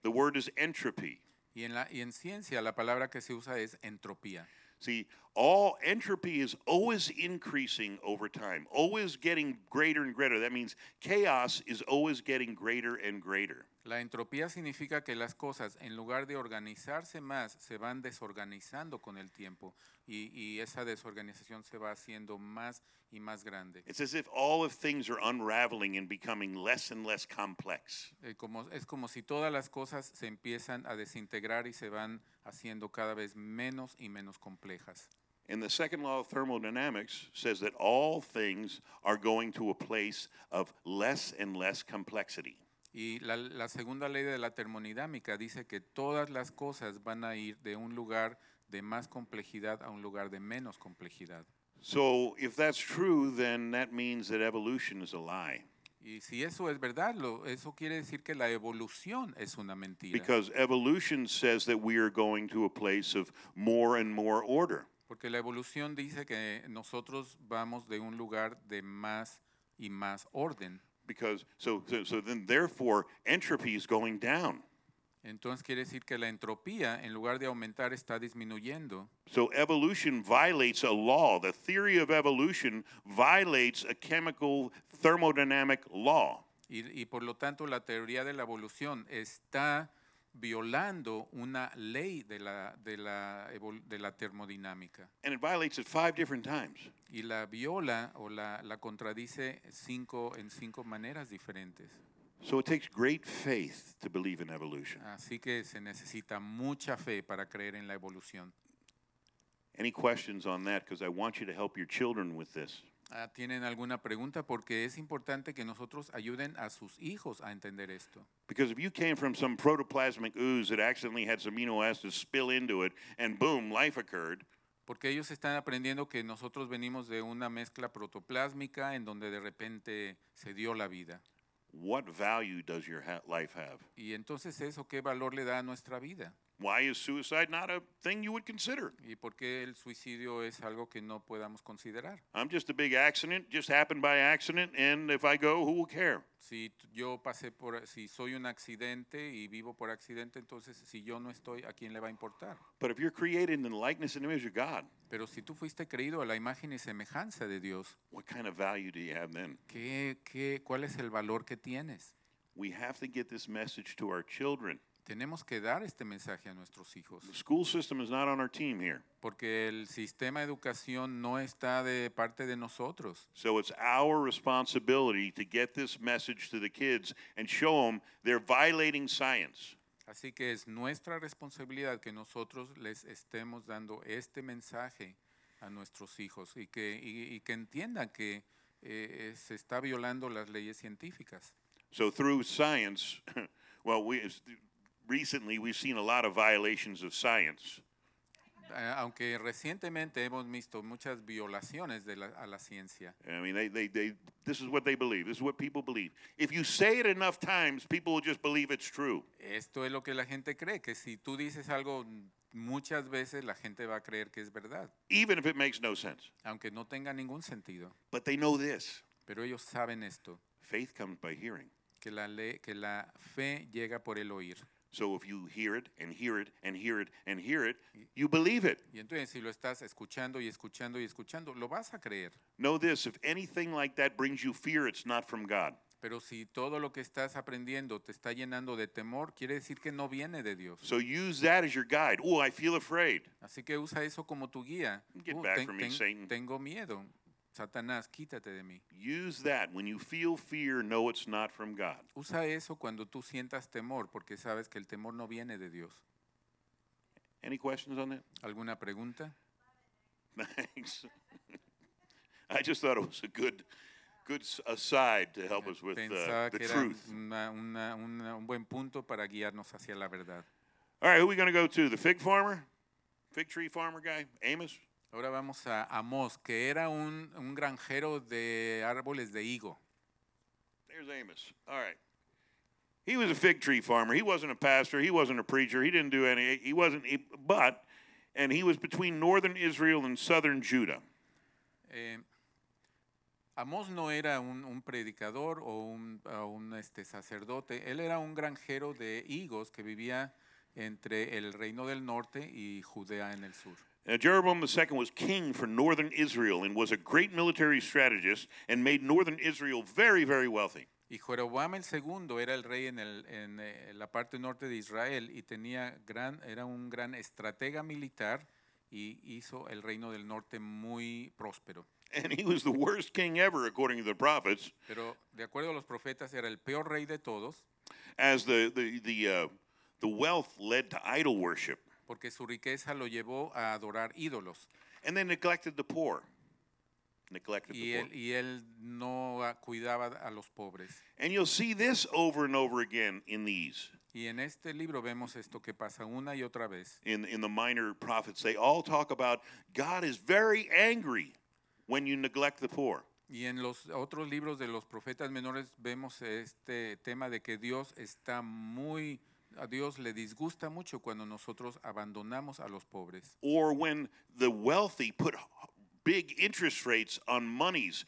[SPEAKER 1] The word is entropy.
[SPEAKER 2] Y en, la, y en ciencia la palabra que se usa es entropía.
[SPEAKER 1] See, all entropy is always increasing over time, always getting greater and greater. That means chaos is always getting greater and greater.
[SPEAKER 2] La entropía significa que las cosas, en lugar de organizarse más, se van desorganizando con el tiempo y, y esa desorganización se va haciendo más y más grande.
[SPEAKER 1] It's as if all of things are unraveling and becoming less and less complex.
[SPEAKER 2] Eh, como, es como si todas las cosas se empiezan a desintegrar y se van haciendo cada vez menos y menos complejas.
[SPEAKER 1] And the second law of thermodynamics says that all things are going to a place of less and less complexity.
[SPEAKER 2] Y la, la segunda ley de la termodinámica dice que todas las cosas van a ir de un lugar de más complejidad a un lugar de menos complejidad.
[SPEAKER 1] So, if that's true, then that means that evolution is a lie.
[SPEAKER 2] Y si eso es verdad, lo, eso quiere decir que la evolución es una mentira.
[SPEAKER 1] Because evolution says that we are going to a place of more and more order.
[SPEAKER 2] porque la evolución dice que nosotros vamos de un lugar de más y más orden.
[SPEAKER 1] Because so so, so then therefore entropy is going down.
[SPEAKER 2] Entonces quiere decir que la entropía, en lugar de aumentar, está disminuyendo.
[SPEAKER 1] So evolution violates a law. The theory of evolution violates a chemical thermodynamic law.
[SPEAKER 2] Y, y por lo tanto, la teoría de la evolución está violando una ley de la, de la, evol- de la termodinámica.
[SPEAKER 1] And it violates it five different times.
[SPEAKER 2] Y la viola o la, la contradice cinco, en cinco maneras diferentes.
[SPEAKER 1] So it takes great faith to believe in evolution.
[SPEAKER 2] Así que se necesita mucha fe para creer en la evolución.
[SPEAKER 1] Any questions on that? Because I want you to help your children with this.
[SPEAKER 2] Ah, ¿Tienen alguna pregunta? Porque es importante que nosotros ayuden a sus hijos a entender esto.
[SPEAKER 1] Because if you came from some protoplasmic ooze that accidentally had some amino acids spill into it, and boom, life occurred,
[SPEAKER 2] Porque ellos están aprendiendo que nosotros venimos de una mezcla protoplásmica en donde de repente se dio la vida.
[SPEAKER 1] what value does your ha- life have?
[SPEAKER 2] Y entonces eso, ¿qué valor le da a nuestra vida?
[SPEAKER 1] Why is suicide not a thing you would consider?
[SPEAKER 2] ¿Y por qué el suicidio es algo que no podamos considerar?
[SPEAKER 1] I'm just a big accident, just happened by accident, and if I go, who will care?
[SPEAKER 2] Si t- yo pasé por, si soy un accidente y vivo por accidente, entonces si yo no estoy, ¿a quién le va a importar?
[SPEAKER 1] But if you're created in the likeness and image of God,
[SPEAKER 2] Pero si tú fuiste creído a la imagen y semejanza de Dios,
[SPEAKER 1] what kind of value do you have then?
[SPEAKER 2] ¿qué, qué, ¿cuál es el valor que tienes?
[SPEAKER 1] We have to get this message to our children.
[SPEAKER 2] Tenemos que dar este mensaje a nuestros hijos,
[SPEAKER 1] The school system is not on our team here.
[SPEAKER 2] porque el sistema de educación no está de parte de nosotros.
[SPEAKER 1] So it's our responsibility to get this message to the kids and show them they're violating science.
[SPEAKER 2] Así que es nuestra responsabilidad que nosotros les estemos dando este mensaje a nuestros hijos y que, y- y que entiendan que eh, eh, se está violando las leyes científicas.
[SPEAKER 1] So through science, well, we recently we've seen a lot of violations of science.
[SPEAKER 2] A- Aunque recientemente hemos visto muchas violaciones de la- a la ciencia.
[SPEAKER 1] I mean, they, they, they, this is what they believe. This is what people believe. If you say it enough times, people will just believe it's true.
[SPEAKER 2] Esto es lo que la gente cree, que si tú dices algo mm, muchas veces la gente va a creer que es verdad,
[SPEAKER 1] even if it makes no sense.
[SPEAKER 2] aunque no tenga ningún sentido.
[SPEAKER 1] But they know this
[SPEAKER 2] Pero ellos saben esto,
[SPEAKER 1] faith comes by hearing.
[SPEAKER 2] que la, le- que la fe llega por el oír.
[SPEAKER 1] So if you hear it and hear it and hear it and hear it, you believe it.
[SPEAKER 2] Y entonces si lo estás escuchando y escuchando y escuchando, lo vas a creer.
[SPEAKER 1] Know this if anything like that brings you fear, it's not from God.
[SPEAKER 2] Pero si todo lo que estás aprendiendo te está llenando de temor, quiere decir que no viene de Dios.
[SPEAKER 1] So use that as your guide. Oh, I feel afraid.
[SPEAKER 2] Así que usa eso como tu guía. Uh,
[SPEAKER 1] Get back from me, Satan.
[SPEAKER 2] tengo miedo. Satanás, quítate de mí.
[SPEAKER 1] Use that. When you feel fear, know it's not from God.
[SPEAKER 2] Usa eso cuando tú sientas temor, porque sabes que el temor no viene de Dios.
[SPEAKER 1] Any questions on that?
[SPEAKER 2] ¿Alguna pregunta?
[SPEAKER 1] Thanks. I just thought it was a good, good s- aside to help us with uh,
[SPEAKER 2] Pensaba
[SPEAKER 1] the
[SPEAKER 2] que era
[SPEAKER 1] truth.
[SPEAKER 2] una- una- una- un buen punto para guiarnos hacia la verdad.
[SPEAKER 1] All right, who we going to go to? The fig farmer? Fig tree farmer guy? Amos?
[SPEAKER 2] Ahora vamos a Amós, que era un, un granjero de árboles de higo.
[SPEAKER 1] There's Amos. All right. He was a fig tree farmer. He wasn't a pastor. He wasn't a preacher. He didn't do any. He wasn't. He, but, and he was between northern Israel and southern Judah.
[SPEAKER 2] Eh, Amós no era un, un predicador o un, a un, este, sacerdote, él era un granjero de higos que vivía entre el reino del norte y Judea en el sur.
[SPEAKER 1] Now, Uh, Jeroboam II was king for northern Israel and was a great military strategist and made northern Israel very, very wealthy.
[SPEAKER 2] Y Jeroboam el segundo era el rey en, el- en, eh, la parte norte de Israel y tenía gran, era un gran estratega militar y hizo el reino del norte muy próspero.
[SPEAKER 1] And he was the worst king ever, according to the prophets,
[SPEAKER 2] Pero de acuerdo a los profetas era el peor rey de todos
[SPEAKER 1] as the, the, the, uh, the wealth led to idol worship
[SPEAKER 2] porque su riqueza lo llevó a adorar ídolos.
[SPEAKER 1] and they neglected the poor. Neglected
[SPEAKER 2] y
[SPEAKER 1] the poor.
[SPEAKER 2] él, y él no ah, cuidaba a los pobres.
[SPEAKER 1] And you'll see this over and over again in these,
[SPEAKER 2] Y en este libro vemos esto que pasa una y otra vez.
[SPEAKER 1] in, in the minor prophets. They all talk about God is very angry when you neglect the poor.
[SPEAKER 2] Y en los otros libros de los profetas menores vemos este tema de que Dios está muy, a Dios le disgusta mucho cuando nosotros abandonamos a los pobres.
[SPEAKER 1] Or when the wealthy put h- big interest rates on monies.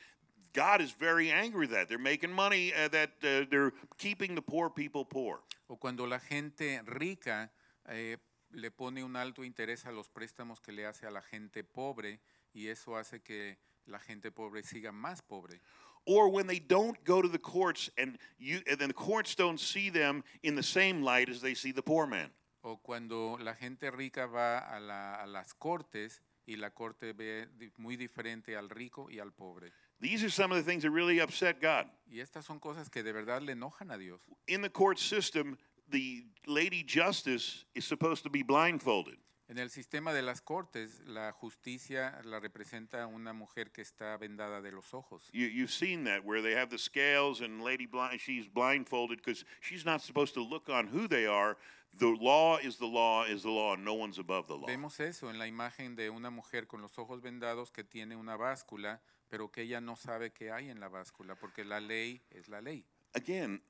[SPEAKER 1] God is very angry that they're making money, uh, that uh, they're keeping the poor people poor.
[SPEAKER 2] O cuando la gente rica eh, le pone un alto interés a los préstamos que le hace a la gente pobre y eso hace que la gente pobre siga más pobre.
[SPEAKER 1] Or when they don't go to the courts and, you, and then the courts don't see them in the same light as they see the poor man.
[SPEAKER 2] O cuando la gente rica va a, la- a las cortes y la corte ve di- muy diferente al rico y al pobre.
[SPEAKER 1] These are some of the things that really upset God.
[SPEAKER 2] Y estas son cosas que de verdad le enojan a Dios.
[SPEAKER 1] in the court system, the lady justice is supposed to be blindfolded.
[SPEAKER 2] En el sistema de las cortes, la justicia la representa una mujer que está vendada de los ojos.
[SPEAKER 1] You, you've seen that where they have the scales and lady blind, she's blindfolded because she's not supposed to look on who they are. The law is the law is the law, and no one's above the law.
[SPEAKER 2] Vemos eso en la imagen de una mujer con los ojos vendados que tiene una báscula, pero que ella no sabe qué hay en la báscula, porque la ley es la ley.
[SPEAKER 1] Again,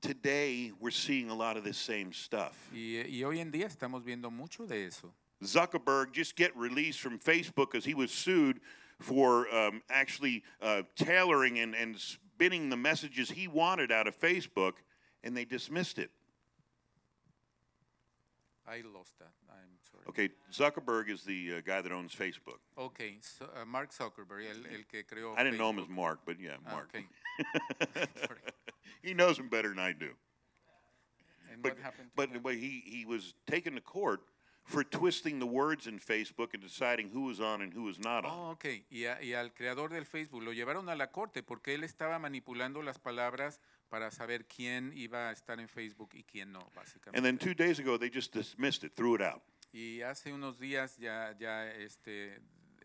[SPEAKER 1] today we're seeing a lot of this same stuff.
[SPEAKER 2] Y, y hoy en día estamos viendo mucho de eso.
[SPEAKER 1] Zuckerberg just get released from Facebook because he was sued for um, actually uh, tailoring and, and spinning the messages he wanted out of Facebook, and they dismissed it.
[SPEAKER 2] I lost that. I'm sorry.
[SPEAKER 1] Okay, Zuckerberg is the uh, guy that owns Facebook.
[SPEAKER 2] Okay, so, uh, Mark Zuckerberg, el, el que creó.
[SPEAKER 1] I didn't know him as
[SPEAKER 2] Oh, Facebook.
[SPEAKER 1] Mark, but yeah,
[SPEAKER 2] Ah,
[SPEAKER 1] Mark.
[SPEAKER 2] okay. Sorry.
[SPEAKER 1] He knows him better than I do.
[SPEAKER 2] And
[SPEAKER 1] But
[SPEAKER 2] what happened to
[SPEAKER 1] but,
[SPEAKER 2] him?
[SPEAKER 1] but he, he was taken to court for twisting the words in Facebook and deciding who was on and who was not on.
[SPEAKER 2] Oh, ok. Y, a- y al creador del Facebook lo llevaron a la corte porque él estaba manipulando las palabras para saber quién iba a estar en Facebook y quién no, básicamente.
[SPEAKER 1] And then two days ago, they just dismissed it, threw it out.
[SPEAKER 2] y hace unos días ya, ya este,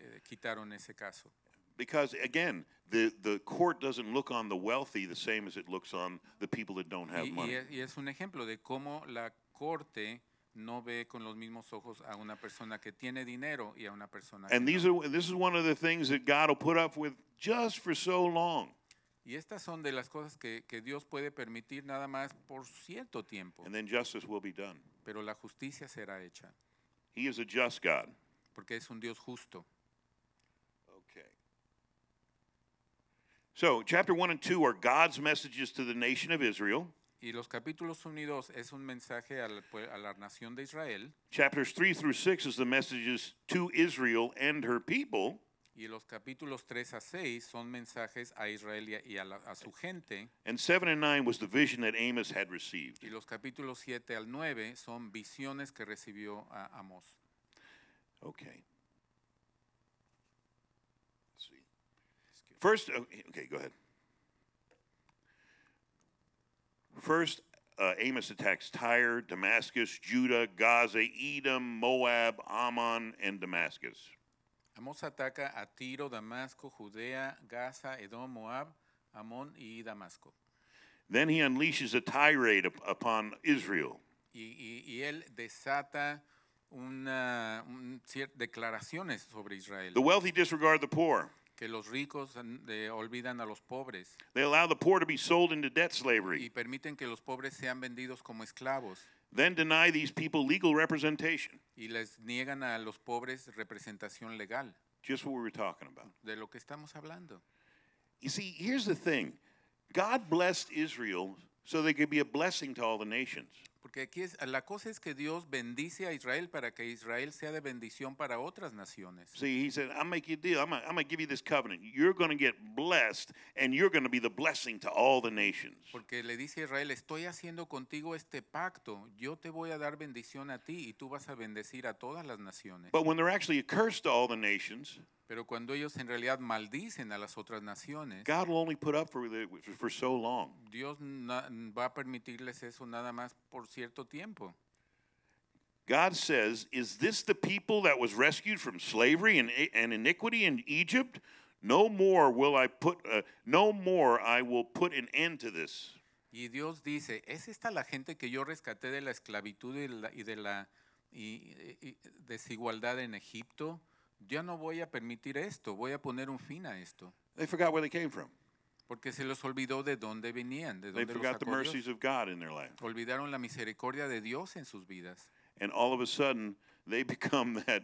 [SPEAKER 2] eh, quitaron ese caso.
[SPEAKER 1] Because again, the, the court doesn't look on the wealthy the same as it looks on the people that don't have
[SPEAKER 2] Y, y
[SPEAKER 1] money.
[SPEAKER 2] es, y es un ejemplo de cómo la corte no ve con los mismos ojos a una persona que tiene dinero y a una persona que
[SPEAKER 1] and
[SPEAKER 2] no.
[SPEAKER 1] these are this is one of the things that God will put up with just for so long.
[SPEAKER 2] Y estas son de las cosas que, que Dios puede permitir nada más por cierto tiempo,
[SPEAKER 1] And then justice will be done.
[SPEAKER 2] pero la justicia será hecha,
[SPEAKER 1] He is a just God.
[SPEAKER 2] porque es un Dios justo.
[SPEAKER 1] Okay. So, chapter 1 and 2 are God's messages to the nation of Israel.
[SPEAKER 2] Y los capítulos 1 y 2 es un mensaje al pue- a la nación de Israel
[SPEAKER 1] Chapters 3 through 6 is the messages to Israel and her people.
[SPEAKER 2] y los capítulos 3 a 6 son mensajes a Israel y a, y a la- a su gente
[SPEAKER 1] And 7 and 9 was the vision that Amos had received.
[SPEAKER 2] y los capítulos 7 al 9 son visiones que recibió a Amós.
[SPEAKER 1] Okay. Let's see. First, okay, okay, go ahead. First, uh, Amos attacks Tyre, Damascus, Judah, Gaza, Edom, Moab, Ammon, and Damascus.
[SPEAKER 2] Amós ataca a Tiro, Damasco, Judea, Gaza, Edom, Moab, Amón y Damasco.
[SPEAKER 1] Then he unleashes a tirade up- upon Israel.
[SPEAKER 2] Y, y- y él desata una, un cier- declaraciones sobre Israel,
[SPEAKER 1] The wealthy disregard the poor.
[SPEAKER 2] que los ricos mm, eh, olvidan a los pobres.
[SPEAKER 1] They allow the poor to be sold into debt
[SPEAKER 2] y
[SPEAKER 1] slavery,
[SPEAKER 2] permiten que los pobres sean vendidos como esclavos
[SPEAKER 1] then deny these people legal representation.
[SPEAKER 2] y les niegan a los pobres representación legal
[SPEAKER 1] Just what we were talking about.
[SPEAKER 2] de lo que estamos hablando.
[SPEAKER 1] You see, here's the thing God blessed Israel so they could be a blessing to all the nations.
[SPEAKER 2] Porque aquí es la cosa es que Dios bendice a Israel para que Israel sea de bendición para otras naciones.
[SPEAKER 1] See, he said, I'll make you a deal. I'm going to give you this covenant. You're going to get blessed, and you're going to be the blessing to all the nations.
[SPEAKER 2] Porque le dice a Israel, estoy haciendo contigo este pacto, yo te voy a dar bendición a ti y tú vas a bendecir a todas las naciones.
[SPEAKER 1] But when they're actually a curse to all the nations,
[SPEAKER 2] Pero cuando ellos en realidad maldicen a las otras naciones,
[SPEAKER 1] God will only put up for, the, for so long.
[SPEAKER 2] Dios na- va a permitirles eso nada más por cierto tiempo.
[SPEAKER 1] God says, Is this the people that was rescued from slavery and, and iniquity in Egypt? No more will I put, uh, no more I will put an end to this.
[SPEAKER 2] Y Dios dice, ¿es esta la gente que yo rescaté de la esclavitud y de la, y de la- y- y- y desigualdad en Egipto? Yo no voy a permitir esto, voy a poner un fin a esto.
[SPEAKER 1] They forgot where they came from.
[SPEAKER 2] Porque se los olvidó de dónde venían, de
[SPEAKER 1] They
[SPEAKER 2] dónde los
[SPEAKER 1] forgot the
[SPEAKER 2] sacó Dios.
[SPEAKER 1] mercies of God in their life.
[SPEAKER 2] Olvidaron la misericordia de Dios en sus vidas.
[SPEAKER 1] And all of a sudden, they become that,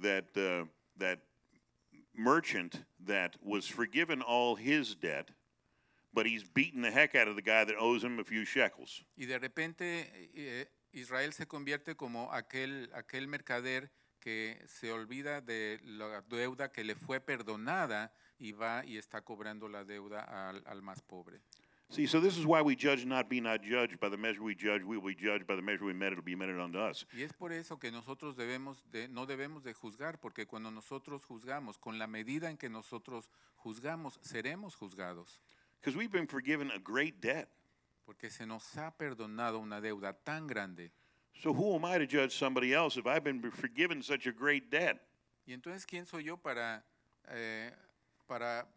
[SPEAKER 1] that, uh, that merchant that was forgiven all his debt, but he's beaten the heck out of the guy that owes him a few shekels.
[SPEAKER 2] Y de repente eh, Israel se convierte como aquel, aquel mercader que se olvida de la deuda que le fue perdonada y va y está cobrando la deuda al- al más pobre.
[SPEAKER 1] See, so this is why we judge not, be not judged. By the measure we judge, we will be judged. By the measure we met, it'll be meted unto us.
[SPEAKER 2] Y es por eso que nosotros debemos de, no debemos de juzgar, porque cuando nosotros juzgamos, con la medida en que nosotros juzgamos, seremos juzgados,
[SPEAKER 1] Because we've been forgiven a great debt.
[SPEAKER 2] porque se nos ha perdonado una deuda tan grande.
[SPEAKER 1] So who am I to judge somebody else if I've been forgiven such a great debt?
[SPEAKER 2] Y entonces, ¿quién soy yo para, eh, para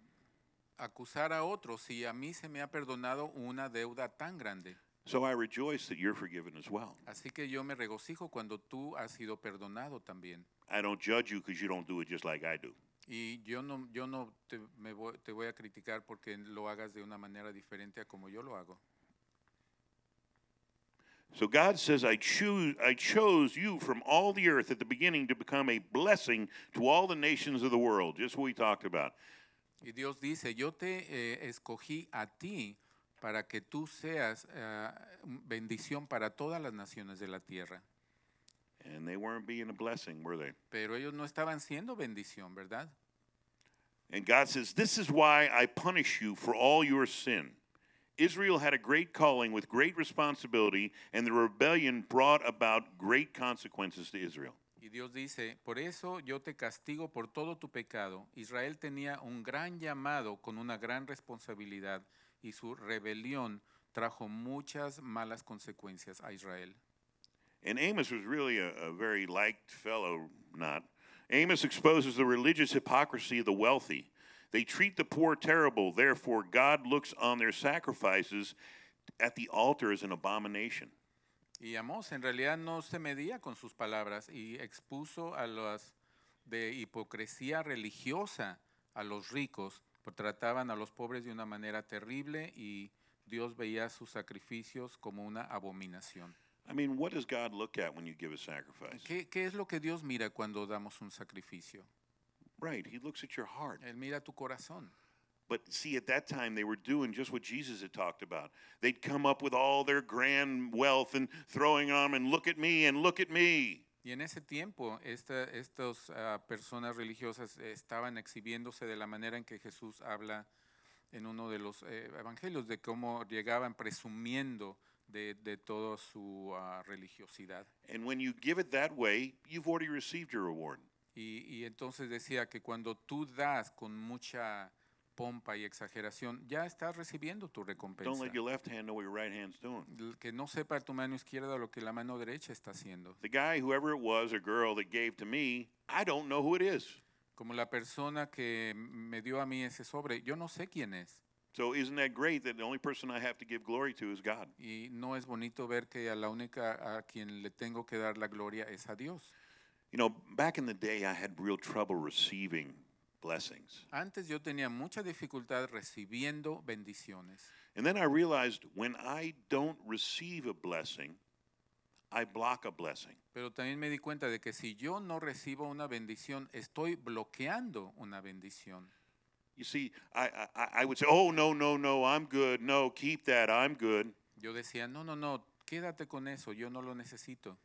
[SPEAKER 2] acusar a otros si a mí se me ha perdonado una deuda tan grande?
[SPEAKER 1] So I rejoice that you're forgiven as well.
[SPEAKER 2] Así que yo me regocijo cuando tú has sido perdonado también.
[SPEAKER 1] I don't judge you because you don't do it just like I do.
[SPEAKER 2] Y yo no, yo no te, me voy, te voy a criticar porque lo hagas de una manera diferente a como yo lo hago.
[SPEAKER 1] So God says, I choose I chose you from all the earth at the beginning to become a blessing to all the nations of the world, just what we talked about.
[SPEAKER 2] Y Dios dice, yo te eh, escogí a ti para que tú seas eh, bendición para todas las naciones de la tierra.
[SPEAKER 1] And they weren't being a blessing, were they?
[SPEAKER 2] Pero ellos no estaban siendo bendición, ¿verdad?
[SPEAKER 1] And God says, This is why I punish you for all your sin. Israel had a great calling with great responsibility, and the rebellion brought about great consequences to Israel.
[SPEAKER 2] Y Dios dice, por eso yo te castigo por todo tu pecado. Israel tenía un gran llamado con una gran responsabilidad y su rebelión trajo muchas malas consecuencias a Israel.
[SPEAKER 1] And Amos was really a, a very liked fellow, not. Amos exposes the religious hypocrisy of the wealthy. They treat the poor terrible, therefore, God looks on their sacrifices at the altar as an abomination.
[SPEAKER 2] Y Amós en realidad no se medía con sus palabras y expuso a las de hipocresía religiosa a los ricos, por trataban a los pobres de una manera terrible y Dios veía sus sacrificios como una abominación.
[SPEAKER 1] I mean, what does God look at when you give a sacrifice?
[SPEAKER 2] ¿Qué, qué es lo que Dios mira cuando damos un sacrificio?
[SPEAKER 1] Right, He looks at your heart.
[SPEAKER 2] Él mira tu corazón.
[SPEAKER 1] But see, at that time, they were doing just what Jesus had talked about. They'd come up with all their grand wealth and throwing on 'em and look at me and look at me.
[SPEAKER 2] Y en ese tiempo, estas personas religiosas eh, estaban exhibiéndose de la manera en que Jesús habla en uno de los eh, evangelios, de cómo llegaban presumiendo de, de toda su ah, religiosidad.
[SPEAKER 1] And when you give it that way, you've already received your reward.
[SPEAKER 2] Y, y entonces decía que cuando tú das con mucha pompa y exageración, ya estás recibiendo tu
[SPEAKER 1] Don't
[SPEAKER 2] recompensa.
[SPEAKER 1] let your left hand know what your right hand's doing.
[SPEAKER 2] L- Que no sepa tu mano izquierda lo que la mano derecha está haciendo.
[SPEAKER 1] The guy, whoever it was or girl that gave to me, I don't know who it is.
[SPEAKER 2] Como la persona que me dio a mí ese sobre, yo no sé quién es.
[SPEAKER 1] So isn't that great that the only person I have to give glory to is God?
[SPEAKER 2] Y no es bonito ver que a la única a quien le tengo que dar la gloria es a Dios.
[SPEAKER 1] You know, back in the day, I had real trouble receiving blessings.
[SPEAKER 2] Antes yo tenía mucha dificultad recibiendo bendiciones.
[SPEAKER 1] And then I realized when I don't receive a blessing, I block a blessing.
[SPEAKER 2] Pero también me di cuenta de que si yo no recibo una bendición, estoy bloqueando una bendición.
[SPEAKER 1] You see, I, I, I would say, oh, no, no, no, I'm good. No, keep that, I'm good.
[SPEAKER 2] Yo decía, no, no, no, quédate con eso, yo no lo necesito.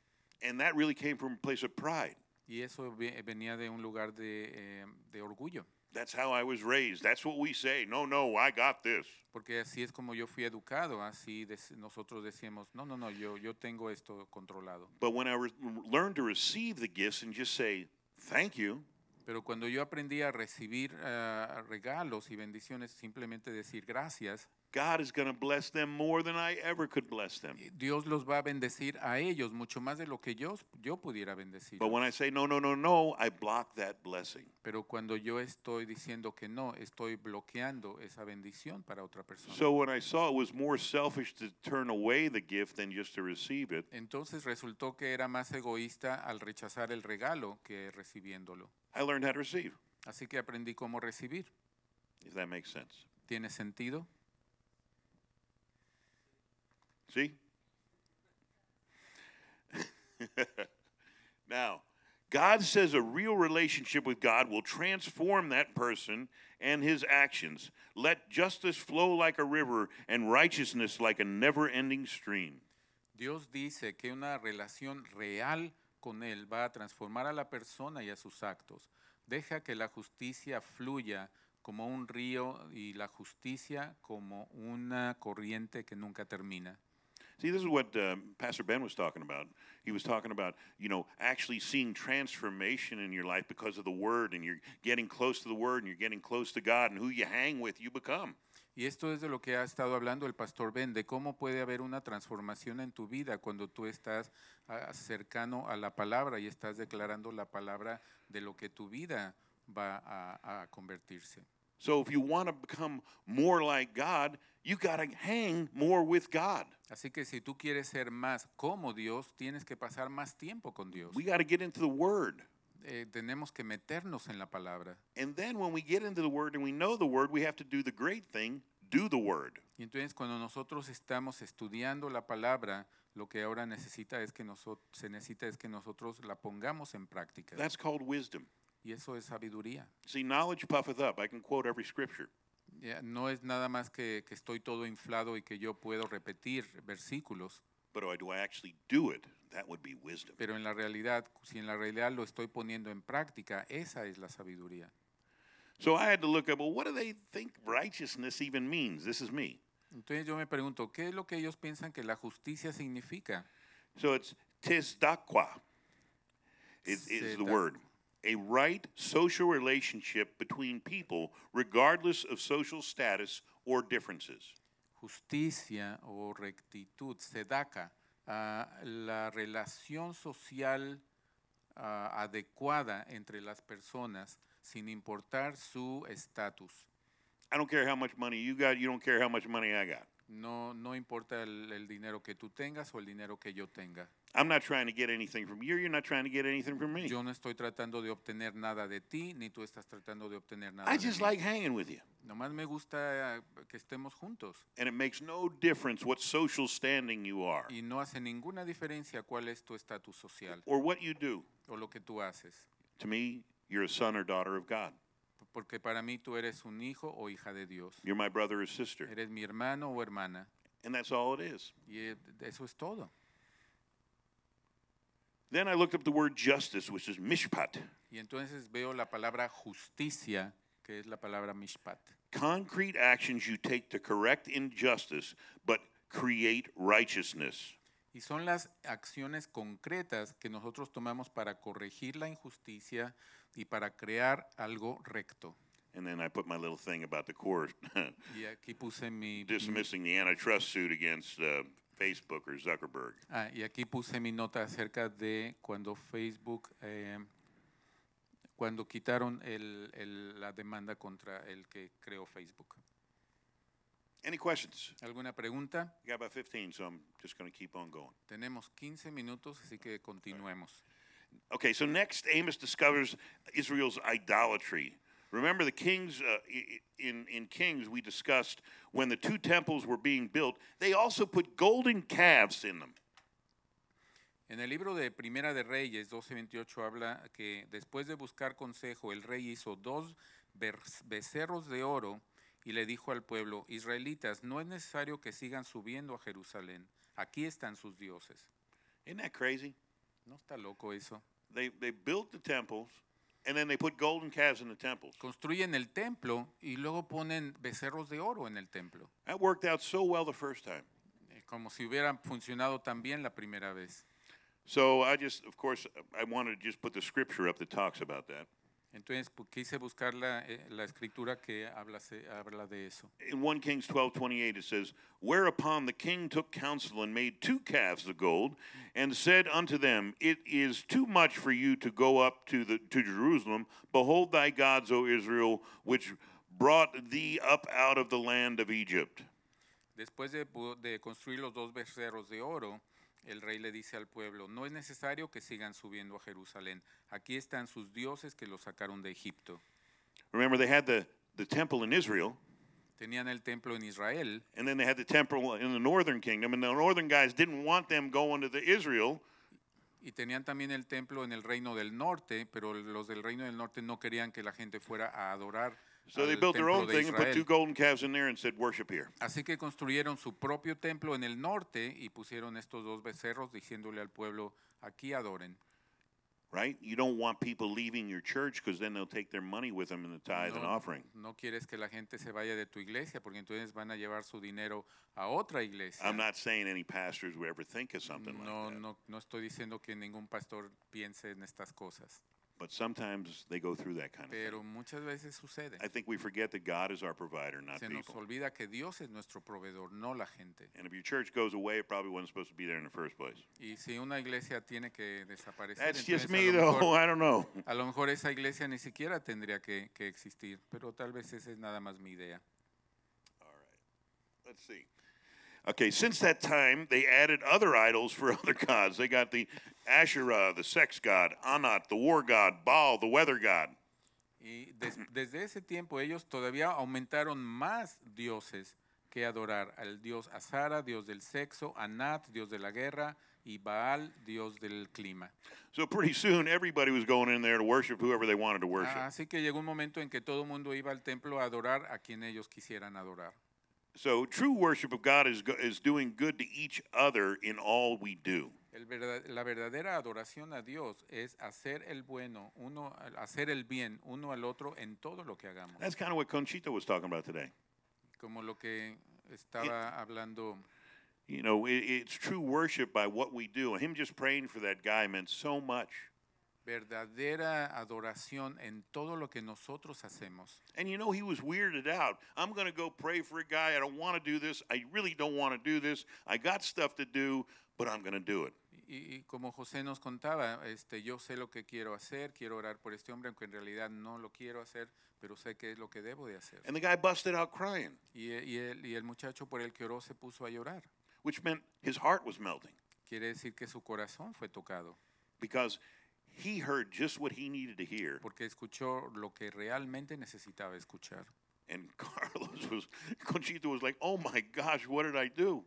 [SPEAKER 1] And that really came from a place of pride.
[SPEAKER 2] Y eso ve- venía de un lugar de, eh, de orgullo,
[SPEAKER 1] That's how I was raised. That's what we say. No, no, I got this.
[SPEAKER 2] porque así es como yo fui educado, así dec- nosotros decíamos, no, no, no, yo, yo tengo esto controlado.
[SPEAKER 1] But when I re- learned to receive the gifts and just say, thank you,
[SPEAKER 2] Pero cuando yo aprendí a recibir ah, regalos y bendiciones, simplemente decir gracias,
[SPEAKER 1] God is going to bless them more than I ever could bless them.
[SPEAKER 2] eh, Dios los va a bendecir a ellos mucho más de lo que yo, yo pudiera bendecir.
[SPEAKER 1] But when I say, no, no, no, no, I block that blessing.
[SPEAKER 2] Pero cuando yo estoy diciendo que no, estoy bloqueando esa bendición para otra persona.
[SPEAKER 1] So when I saw it was more selfish to turn away the gift than just to receive it,
[SPEAKER 2] Entonces resultó que era más egoísta al rechazar el regalo que recibiéndolo.
[SPEAKER 1] I learned how to receive,
[SPEAKER 2] Así que aprendí cómo recibir.
[SPEAKER 1] if that makes sense.
[SPEAKER 2] ¿Tiene sentido?
[SPEAKER 1] See? now, God says a real relationship with God will transform that person and his actions. Let justice flow like a river and righteousness like a never ending stream.
[SPEAKER 2] Dios dice que una relación real con Él va a transformar a la persona y a sus actos. Deja que la justicia fluya como un río y la justicia como una corriente que nunca termina.
[SPEAKER 1] See, this is what uh, Pastor Ben was talking about. He was talking about, you know, actually seeing transformation in your life because of the Word, and you're getting close to the Word, and you're getting close to God, and who you hang with, you become.
[SPEAKER 2] Y esto es de lo que ha estado hablando el pastor Ben, de cómo puede haber una transformación en tu vida cuando tú estás ah, cercano a la palabra y estás declarando la palabra de lo que tu vida va a- a convertirse.
[SPEAKER 1] So if you want to become more like God, you got to hang more with God.
[SPEAKER 2] Así que si tú quieres ser más como Dios, tienes que pasar más tiempo con Dios.
[SPEAKER 1] We got to get into the Word.
[SPEAKER 2] Eh, tenemos que meternos en la palabra.
[SPEAKER 1] And then when we get into the Word and we know the Word, we have to do the great thing do the Word.
[SPEAKER 2] Y entonces cuando nosotros estamos estudiando la palabra, Lo que ahora necesita es que noso- se necesita es que nosotros la pongamos en práctica.
[SPEAKER 1] That's called wisdom.
[SPEAKER 2] y eso es sabiduría.
[SPEAKER 1] See, knowledge puffeth up. I can quote every scripture.
[SPEAKER 2] Ya, no es nada más que, que estoy todo inflado y que yo puedo repetir versículos,
[SPEAKER 1] But do I actually do it? That would be wisdom.
[SPEAKER 2] pero en la realidad, si en la realidad lo estoy poniendo en práctica, esa es la sabiduría.
[SPEAKER 1] So I had to look up, well, what do they think righteousness even means? This is me.
[SPEAKER 2] Entonces yo me pregunto, ¿qué es lo que ellos piensan que la justicia significa?
[SPEAKER 1] So it's tis dakwa is,
[SPEAKER 2] Se
[SPEAKER 1] is the
[SPEAKER 2] da-
[SPEAKER 1] word. A right social relationship between people, regardless of social status or differences.
[SPEAKER 2] Justicia o rectitud, sedaca, ah, la relación social ah, adecuada entre las personas sin importar su estatus.
[SPEAKER 1] I don't care how much money you got, you don't care how much money I got.
[SPEAKER 2] No, no importa el, el dinero que tú tengas o el dinero que yo tenga.
[SPEAKER 1] I'm not trying to get anything from you, you're not trying to get anything from me.
[SPEAKER 2] Yo no estoy tratando de obtener nada de ti, ni tú estás tratando de obtener nada
[SPEAKER 1] I
[SPEAKER 2] de
[SPEAKER 1] just
[SPEAKER 2] mí.
[SPEAKER 1] like hanging with you.
[SPEAKER 2] Nomás me gusta eh, que estemos juntos.
[SPEAKER 1] And it makes no difference what social standing you are
[SPEAKER 2] Y no hace ninguna diferencia cuál es tu estatus social
[SPEAKER 1] or what you do.
[SPEAKER 2] o lo que tú haces.
[SPEAKER 1] To me, you're a son or daughter of God.
[SPEAKER 2] Porque para mí tú eres un hijo o hija de Dios.
[SPEAKER 1] You're my brother or sister.
[SPEAKER 2] Eres mi hermano o hermana.
[SPEAKER 1] And that's all it is.
[SPEAKER 2] Y eh, eso es todo.
[SPEAKER 1] Then I looked up the word justice, which is mishpat,
[SPEAKER 2] Y entonces veo la palabra justicia, que es la palabra mishpat.
[SPEAKER 1] concrete actions you take to correct injustice, but create righteousness.
[SPEAKER 2] Y son las acciones concretas que nosotros tomamos para corregir la injusticia y para crear algo recto.
[SPEAKER 1] And then I put my little thing about the court
[SPEAKER 2] Y aquí puse mi, mi-
[SPEAKER 1] dismissing the antitrust suit against uh, Facebook or Zuckerberg.
[SPEAKER 2] ah, y aquí puse mi nota acerca de cuando Facebook eh, cuando quitaron el- el- la demanda contra el que creó Facebook.
[SPEAKER 1] Any questions?
[SPEAKER 2] ¿Alguna pregunta?
[SPEAKER 1] I got about 15, so I'm just going to keep on going.
[SPEAKER 2] Tenemos 15 minutos, así que continuemos.
[SPEAKER 1] Okay, so next, Amos discovers Israel's idolatry. Remember, the kings uh, i- i- in in Kings we discussed when the two temples were being built, they also put golden calves in them.
[SPEAKER 2] En el libro de Primera de Reyes 12:28 habla que después de buscar consejo, el rey hizo dos ber- becerros de oro y le dijo al pueblo, israelitas, no es necesario que sigan subiendo a Jerusalén, aquí están sus dioses.
[SPEAKER 1] Isn't that crazy?
[SPEAKER 2] ¿No está loco eso?
[SPEAKER 1] They they built the temples, and then they put golden calves in the temples.
[SPEAKER 2] Construyen el templo y luego ponen becerros de oro en el templo,
[SPEAKER 1] That worked out so well the first time.
[SPEAKER 2] eh, como si hubieran funcionado también la primera vez.
[SPEAKER 1] So I just, of course, I wanted to just put the scripture up that talks about that.
[SPEAKER 2] Entonces pu- quise buscar la, eh, la escritura que habla, se- habla de eso.
[SPEAKER 1] in 1 Kings 12 28, it says, Whereupon the king took counsel and made two calves of gold, and said unto them, It is too much for you to go up to, the, to Jerusalem. Behold thy gods, O Israel, which brought thee up out of the land of Egypt.
[SPEAKER 2] Después de, pu- de construir los dos becerros de oro, el rey le dice al pueblo, no es necesario que sigan subiendo a Jerusalén, aquí están sus dioses que los sacaron de Egipto.
[SPEAKER 1] Remember, they had the, the temple in Israel,
[SPEAKER 2] Tenían el templo en Israel
[SPEAKER 1] and then they had the temple in the northern kingdom, and the northern guys didn't want them going to the Israel.
[SPEAKER 2] y tenían también el templo en el reino del norte, pero los del reino del norte no querían que la gente fuera a adorar.
[SPEAKER 1] So they
[SPEAKER 2] al
[SPEAKER 1] built their
[SPEAKER 2] templo
[SPEAKER 1] own
[SPEAKER 2] de
[SPEAKER 1] thing and put two
[SPEAKER 2] Israel.
[SPEAKER 1] golden calves in there and said, Worship here.
[SPEAKER 2] Así que construyeron su propio templo en el norte y pusieron estos dos becerros diciéndole al pueblo, aquí adoren.
[SPEAKER 1] right? You don't want people leaving your church because then they'll take their money with them in the tithe and
[SPEAKER 2] No,
[SPEAKER 1] offering.
[SPEAKER 2] no quieres que la gente se vaya de tu iglesia porque entonces van a llevar su dinero a otra iglesia.
[SPEAKER 1] I'm not saying any pastors would ever think of something
[SPEAKER 2] no,
[SPEAKER 1] like that,
[SPEAKER 2] no, no estoy diciendo que ningún pastor piense en estas cosas,
[SPEAKER 1] but sometimes they go through that kind of
[SPEAKER 2] pero
[SPEAKER 1] thing.
[SPEAKER 2] muchas veces sucede.
[SPEAKER 1] I think we forget that God is our provider, not
[SPEAKER 2] Se nos
[SPEAKER 1] people.
[SPEAKER 2] olvida que Dios es nuestro proveedor, no la gente.
[SPEAKER 1] And if your church goes away, it probably wasn't supposed to be there in the first place.
[SPEAKER 2] Y si una iglesia tiene que desaparecer,
[SPEAKER 1] That's just
[SPEAKER 2] entonces
[SPEAKER 1] me,
[SPEAKER 2] a,
[SPEAKER 1] though.
[SPEAKER 2] lo mejor,
[SPEAKER 1] I don't know.
[SPEAKER 2] a lo mejor esa iglesia ni siquiera tendría que, que existir, pero tal vez esa es nada más mi idea.
[SPEAKER 1] Let's see. Okay, since that time, they added other idols for other gods. They got the Asherah, the sex god, Anat, the war god, Baal, the weather god.
[SPEAKER 2] Y des- desde ese tiempo ellos todavía aumentaron más dioses, que adorar al dios Azara, dios del sexo, Anat, dios de la guerra, y Baal, dios del clima.
[SPEAKER 1] So pretty soon, everybody was going in there to worship whoever they wanted to worship.
[SPEAKER 2] Así que llegó un momento en que todo el mundo iba al templo a adorar a quien ellos quisieran adorar.
[SPEAKER 1] So true worship of God is, go- is doing good to each other in all we do.
[SPEAKER 2] El verda- la verdadera adoración a Dios es hacer el bueno, uno, al- hacer el bien uno al otro en todo lo que hagamos.
[SPEAKER 1] That's kind of what Conchita was talking about today.
[SPEAKER 2] Como lo que estaba hablando,
[SPEAKER 1] You know, it, it's true worship by what we do. Him just praying for that guy meant so much.
[SPEAKER 2] verdadera adoración en todo lo que nosotros hacemos.
[SPEAKER 1] And you know, he was weirded out. I'm going to go pray for a guy. I don't want to do this. I really don't want to do this. I got stuff to do, but I'm going to do it.
[SPEAKER 2] Y, y como José nos contaba, este, yo sé lo que quiero hacer, quiero orar por este hombre, aunque en realidad no lo quiero hacer, pero sé que es lo que debo de hacer.
[SPEAKER 1] And the guy busted out crying,
[SPEAKER 2] Y, e- y el, y el muchacho por el que oró se puso a llorar.
[SPEAKER 1] which meant his heart was melting
[SPEAKER 2] Quiere decir que su corazón fue tocado,
[SPEAKER 1] because he heard just what he needed to hear.
[SPEAKER 2] porque escuchó lo que realmente necesitaba escuchar.
[SPEAKER 1] And Carlos was, Conchita was like, oh my gosh, what did I do?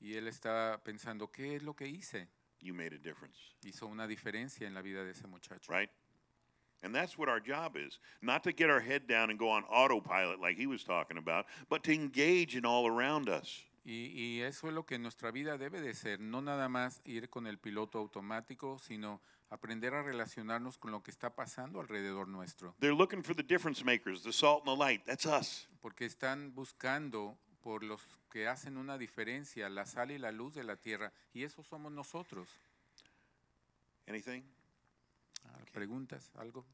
[SPEAKER 2] Y él estaba pensando, ¿qué es lo que hice?
[SPEAKER 1] You made a difference,
[SPEAKER 2] Hizo una diferencia en la vida de ese muchacho.
[SPEAKER 1] right? And that's what our job is not to get our head down and go on autopilot like he was talking about, but to engage in all around us.
[SPEAKER 2] Y, y eso es lo que nuestra vida debe de ser, no nada más ir con el piloto automático, sino aprender a relacionarnos con lo que está pasando alrededor nuestro,
[SPEAKER 1] They're looking for the difference makers, the salt and the light. That's us.
[SPEAKER 2] porque están buscando por los que hacen una diferencia, la sal y la luz de la tierra, y eso somos nosotros.
[SPEAKER 1] Anything?
[SPEAKER 2] Ah, ¿Preguntas? ¿Algo?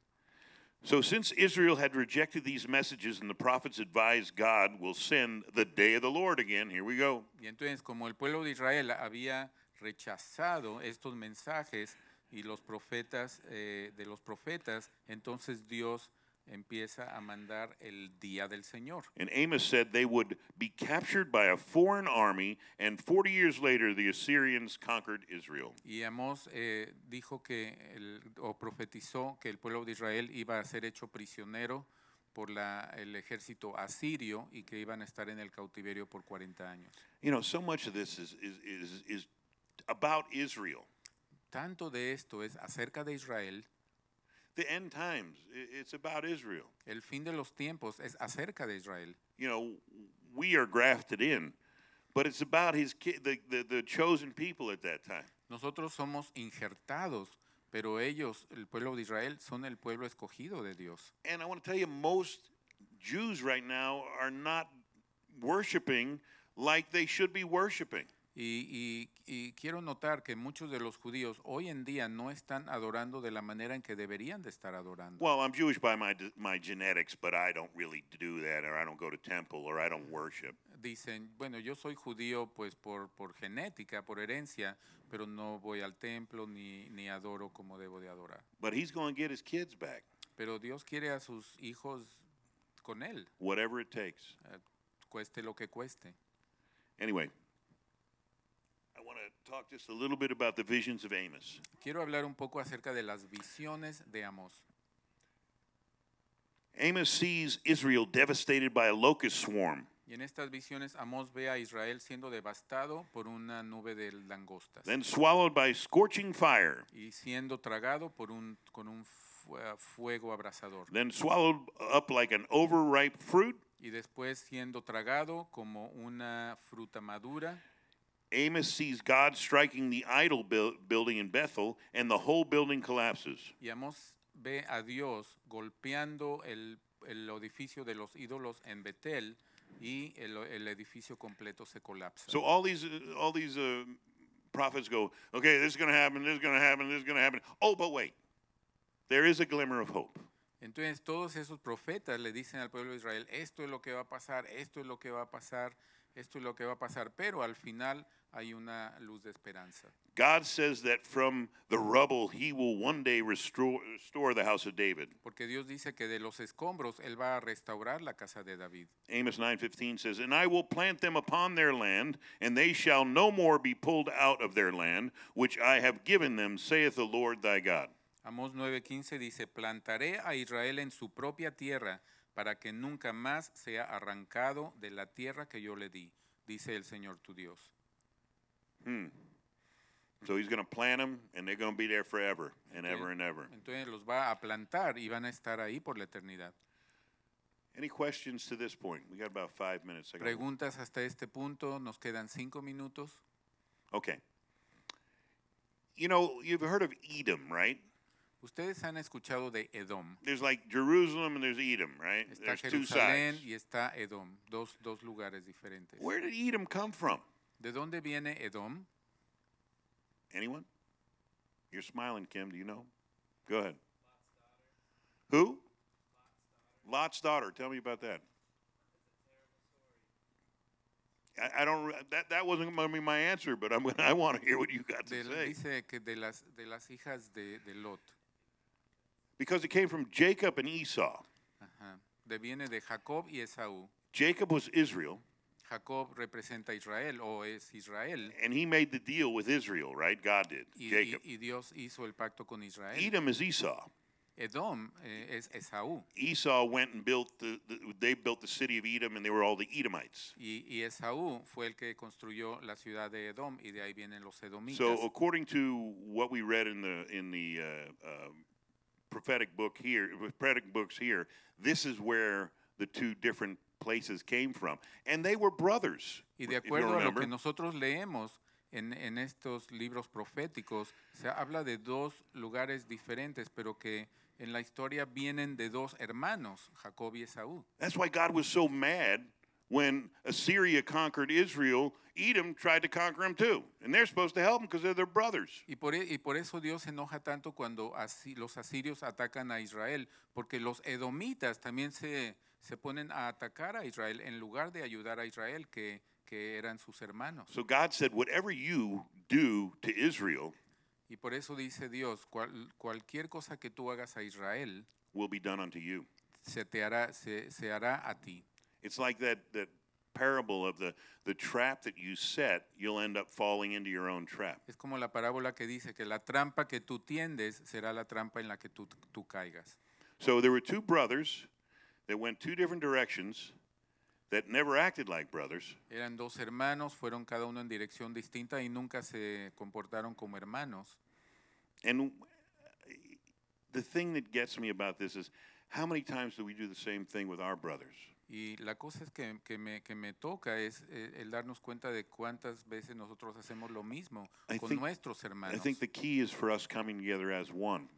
[SPEAKER 1] So, since Israel had rejected these messages and the prophets advised God will send the day of the Lord again, here we go.
[SPEAKER 2] Y entonces, como el pueblo de Israel había rechazado estos mensajes y los profetas eh, de los profetas, entonces Dios empieza a mandar el día del Señor.
[SPEAKER 1] And Amos said they would be captured by a foreign army, and 40 years later, the Assyrians conquered Israel.
[SPEAKER 2] Y Amós eh, dijo que, el- o profetizó que el pueblo de Israel iba a ser hecho prisionero por la- el ejército asirio y que iban a estar en el cautiverio por 40 años.
[SPEAKER 1] You know, so much of this is, is, is, is about Israel.
[SPEAKER 2] Tanto de esto es acerca de Israel,
[SPEAKER 1] The end times, i- it's about Israel.
[SPEAKER 2] el fin de los tiempos es acerca de Israel.
[SPEAKER 1] You know, we are grafted in, but it's about his ki- the, the, the chosen people at that time.
[SPEAKER 2] Nosotros somos injertados, pero ellos, el pueblo de Israel, son el pueblo escogido de Dios.
[SPEAKER 1] And I want to tell you, most Jews right now are not worshiping like they should be worshiping.
[SPEAKER 2] Y, y- y quiero notar que muchos de los judíos hoy en día no están adorando de la manera en que deberían de estar adorando.
[SPEAKER 1] Well, I'm Jewish by my, my genetics, but I don't really do that, or I don't go to temple, or I don't worship.
[SPEAKER 2] Dicen, bueno, yo soy judío pues por, por genética, por herencia, pero no voy al templo ni, ni adoro como debo de adorar.
[SPEAKER 1] But he's going to get his kids back,
[SPEAKER 2] Pero Dios quiere a sus hijos con él,
[SPEAKER 1] whatever it takes.
[SPEAKER 2] eh, cueste lo que cueste.
[SPEAKER 1] Anyway, I want to talk just a little bit about the visions of Amos.
[SPEAKER 2] Quiero hablar un poco acerca de las visiones de Amós.
[SPEAKER 1] Amos sees Israel devastated by a locust swarm.
[SPEAKER 2] Y en estas visiones Amós ve a Israel siendo devastado por una nube de langostas
[SPEAKER 1] then swallowed by scorching fire,
[SPEAKER 2] y siendo tragado por un, con un fu- eh, fuego abrasador
[SPEAKER 1] then swallowed up like an overripe fruit.
[SPEAKER 2] y después siendo tragado como una fruta madura.
[SPEAKER 1] Amos sees God striking the idol buil- building in Bethel, and the whole building collapses.
[SPEAKER 2] Y Amós ve a Dios golpeando el, el edificio de los ídolos en Betel y el, el edificio completo se colapsa.
[SPEAKER 1] So all these, uh, all these uh, prophets go, okay, this is going to happen, this is going to happen, this is going to happen. Oh, but wait, there is a glimmer of hope.
[SPEAKER 2] Entonces todos esos profetas le dicen al pueblo de Israel, esto es lo que va a pasar, esto es lo que va a pasar, esto es lo que va a pasar, pero al final hay una luz de esperanza.
[SPEAKER 1] God says that from the rubble, He will one day restore, restore the house of David.
[SPEAKER 2] Porque Dios dice que de los escombros Él va a restaurar la casa de David.
[SPEAKER 1] Amos 9:15 says, "And I will plant them upon their land, and they shall no more be pulled out of their land, which I have given them, saith the Lord thy God."
[SPEAKER 2] Amós 9:15 dice, plantaré a Israel en su propia tierra para que nunca más sea arrancado de la tierra que yo le di, dice el Señor tu Dios.
[SPEAKER 1] Hmm. So he's going to plant them, and they're going to be there forever and ever and ever.
[SPEAKER 2] Entonces los va a plantar y van a estar ahí por la eternidad.
[SPEAKER 1] Any questions to this point? We got about five minutes. I got-
[SPEAKER 2] Preguntas hasta este punto, nos quedan cinco minutos.
[SPEAKER 1] Okay. You know, you've heard of Edom, right?
[SPEAKER 2] Ustedes han escuchado de Edom.
[SPEAKER 1] There's like Jerusalem and there's Edom, right?
[SPEAKER 2] Está
[SPEAKER 1] There's two
[SPEAKER 2] Jerusalén
[SPEAKER 1] sides.
[SPEAKER 2] y está Edom, dos, dos lugares diferentes.
[SPEAKER 1] Where did Edom come from?
[SPEAKER 2] ¿De dónde viene Edom?
[SPEAKER 1] Anyone? You're smiling, Kim. Do you know? Go ahead. Who? Lot's daughter. Tell me about that. I, I don't. re- That that wasn't going to be my answer, but I'm. gonna- I want to hear what you got to
[SPEAKER 2] De-
[SPEAKER 1] say
[SPEAKER 2] dice que de las, de las hijas de, de Lot.
[SPEAKER 1] because it came from Jacob and Esau.
[SPEAKER 2] Ajá. De- viene de Jacob y Esaú.
[SPEAKER 1] Jacob was Israel,
[SPEAKER 2] Jacob representa a Israel o es Israel.
[SPEAKER 1] and he made the deal with Israel, right? God did.
[SPEAKER 2] Y, y-
[SPEAKER 1] Jacob.
[SPEAKER 2] y Dios hizo el pacto con Israel.
[SPEAKER 1] Edom is Esau.
[SPEAKER 2] Edom eh, es Esaú.
[SPEAKER 1] Esau went and built the, the. They built the city of Edom, and they were all the Edomites.
[SPEAKER 2] Y, y Esaú fue el que construyó la ciudad de Edom y de ahí vienen los edomitas.
[SPEAKER 1] So, according to what we read in the in the uh, um prophetic book here, prophetic books here, this is where the two different places came from, and they were brothers.
[SPEAKER 2] y de
[SPEAKER 1] if you
[SPEAKER 2] acuerdo a lo
[SPEAKER 1] remember.
[SPEAKER 2] que nosotros leemos en, en estos libros proféticos, se habla de dos lugares diferentes, pero que en la historia vienen de dos hermanos, Jacob y Esaú.
[SPEAKER 1] That's why God was so mad when Assyria conquered Israel. Edom tried to conquer them too, and they're supposed to help them because they're their brothers.
[SPEAKER 2] Y por, e- y por eso Dios se enoja tanto cuando asi- los asirios atacan a Israel, porque los edomitas también se, se ponen a atacar a Israel en lugar de ayudar a Israel, que, que eran sus hermanos.
[SPEAKER 1] So God said, "Whatever you do to Israel
[SPEAKER 2] Y por eso dice Dios, "Cual- cualquier cosa que tú hagas a Israel,
[SPEAKER 1] will be done unto you."
[SPEAKER 2] se, te hará, se, se hará a ti.
[SPEAKER 1] It's like that that parable of the the trap that you set, you'll end up falling into your own trap.
[SPEAKER 2] Es como la parábola que dice que la trampa que tú tiendes será la trampa en la que tú, tú caigas.
[SPEAKER 1] So there were two brothers that went two different directions that never acted like brothers,
[SPEAKER 2] Eran dos hermanos, fueron cada uno en dirección distinta y nunca se comportaron como hermanos.
[SPEAKER 1] and the thing that gets me about this is how many times do we do the same thing with our brothers?
[SPEAKER 2] Y la cosa es que, que me, que me toca es eh, el darnos cuenta de cuántas veces nosotros hacemos lo mismo
[SPEAKER 1] I
[SPEAKER 2] con
[SPEAKER 1] think-
[SPEAKER 2] nuestros
[SPEAKER 1] I
[SPEAKER 2] hermanos.
[SPEAKER 1] think the key is for us coming together as one.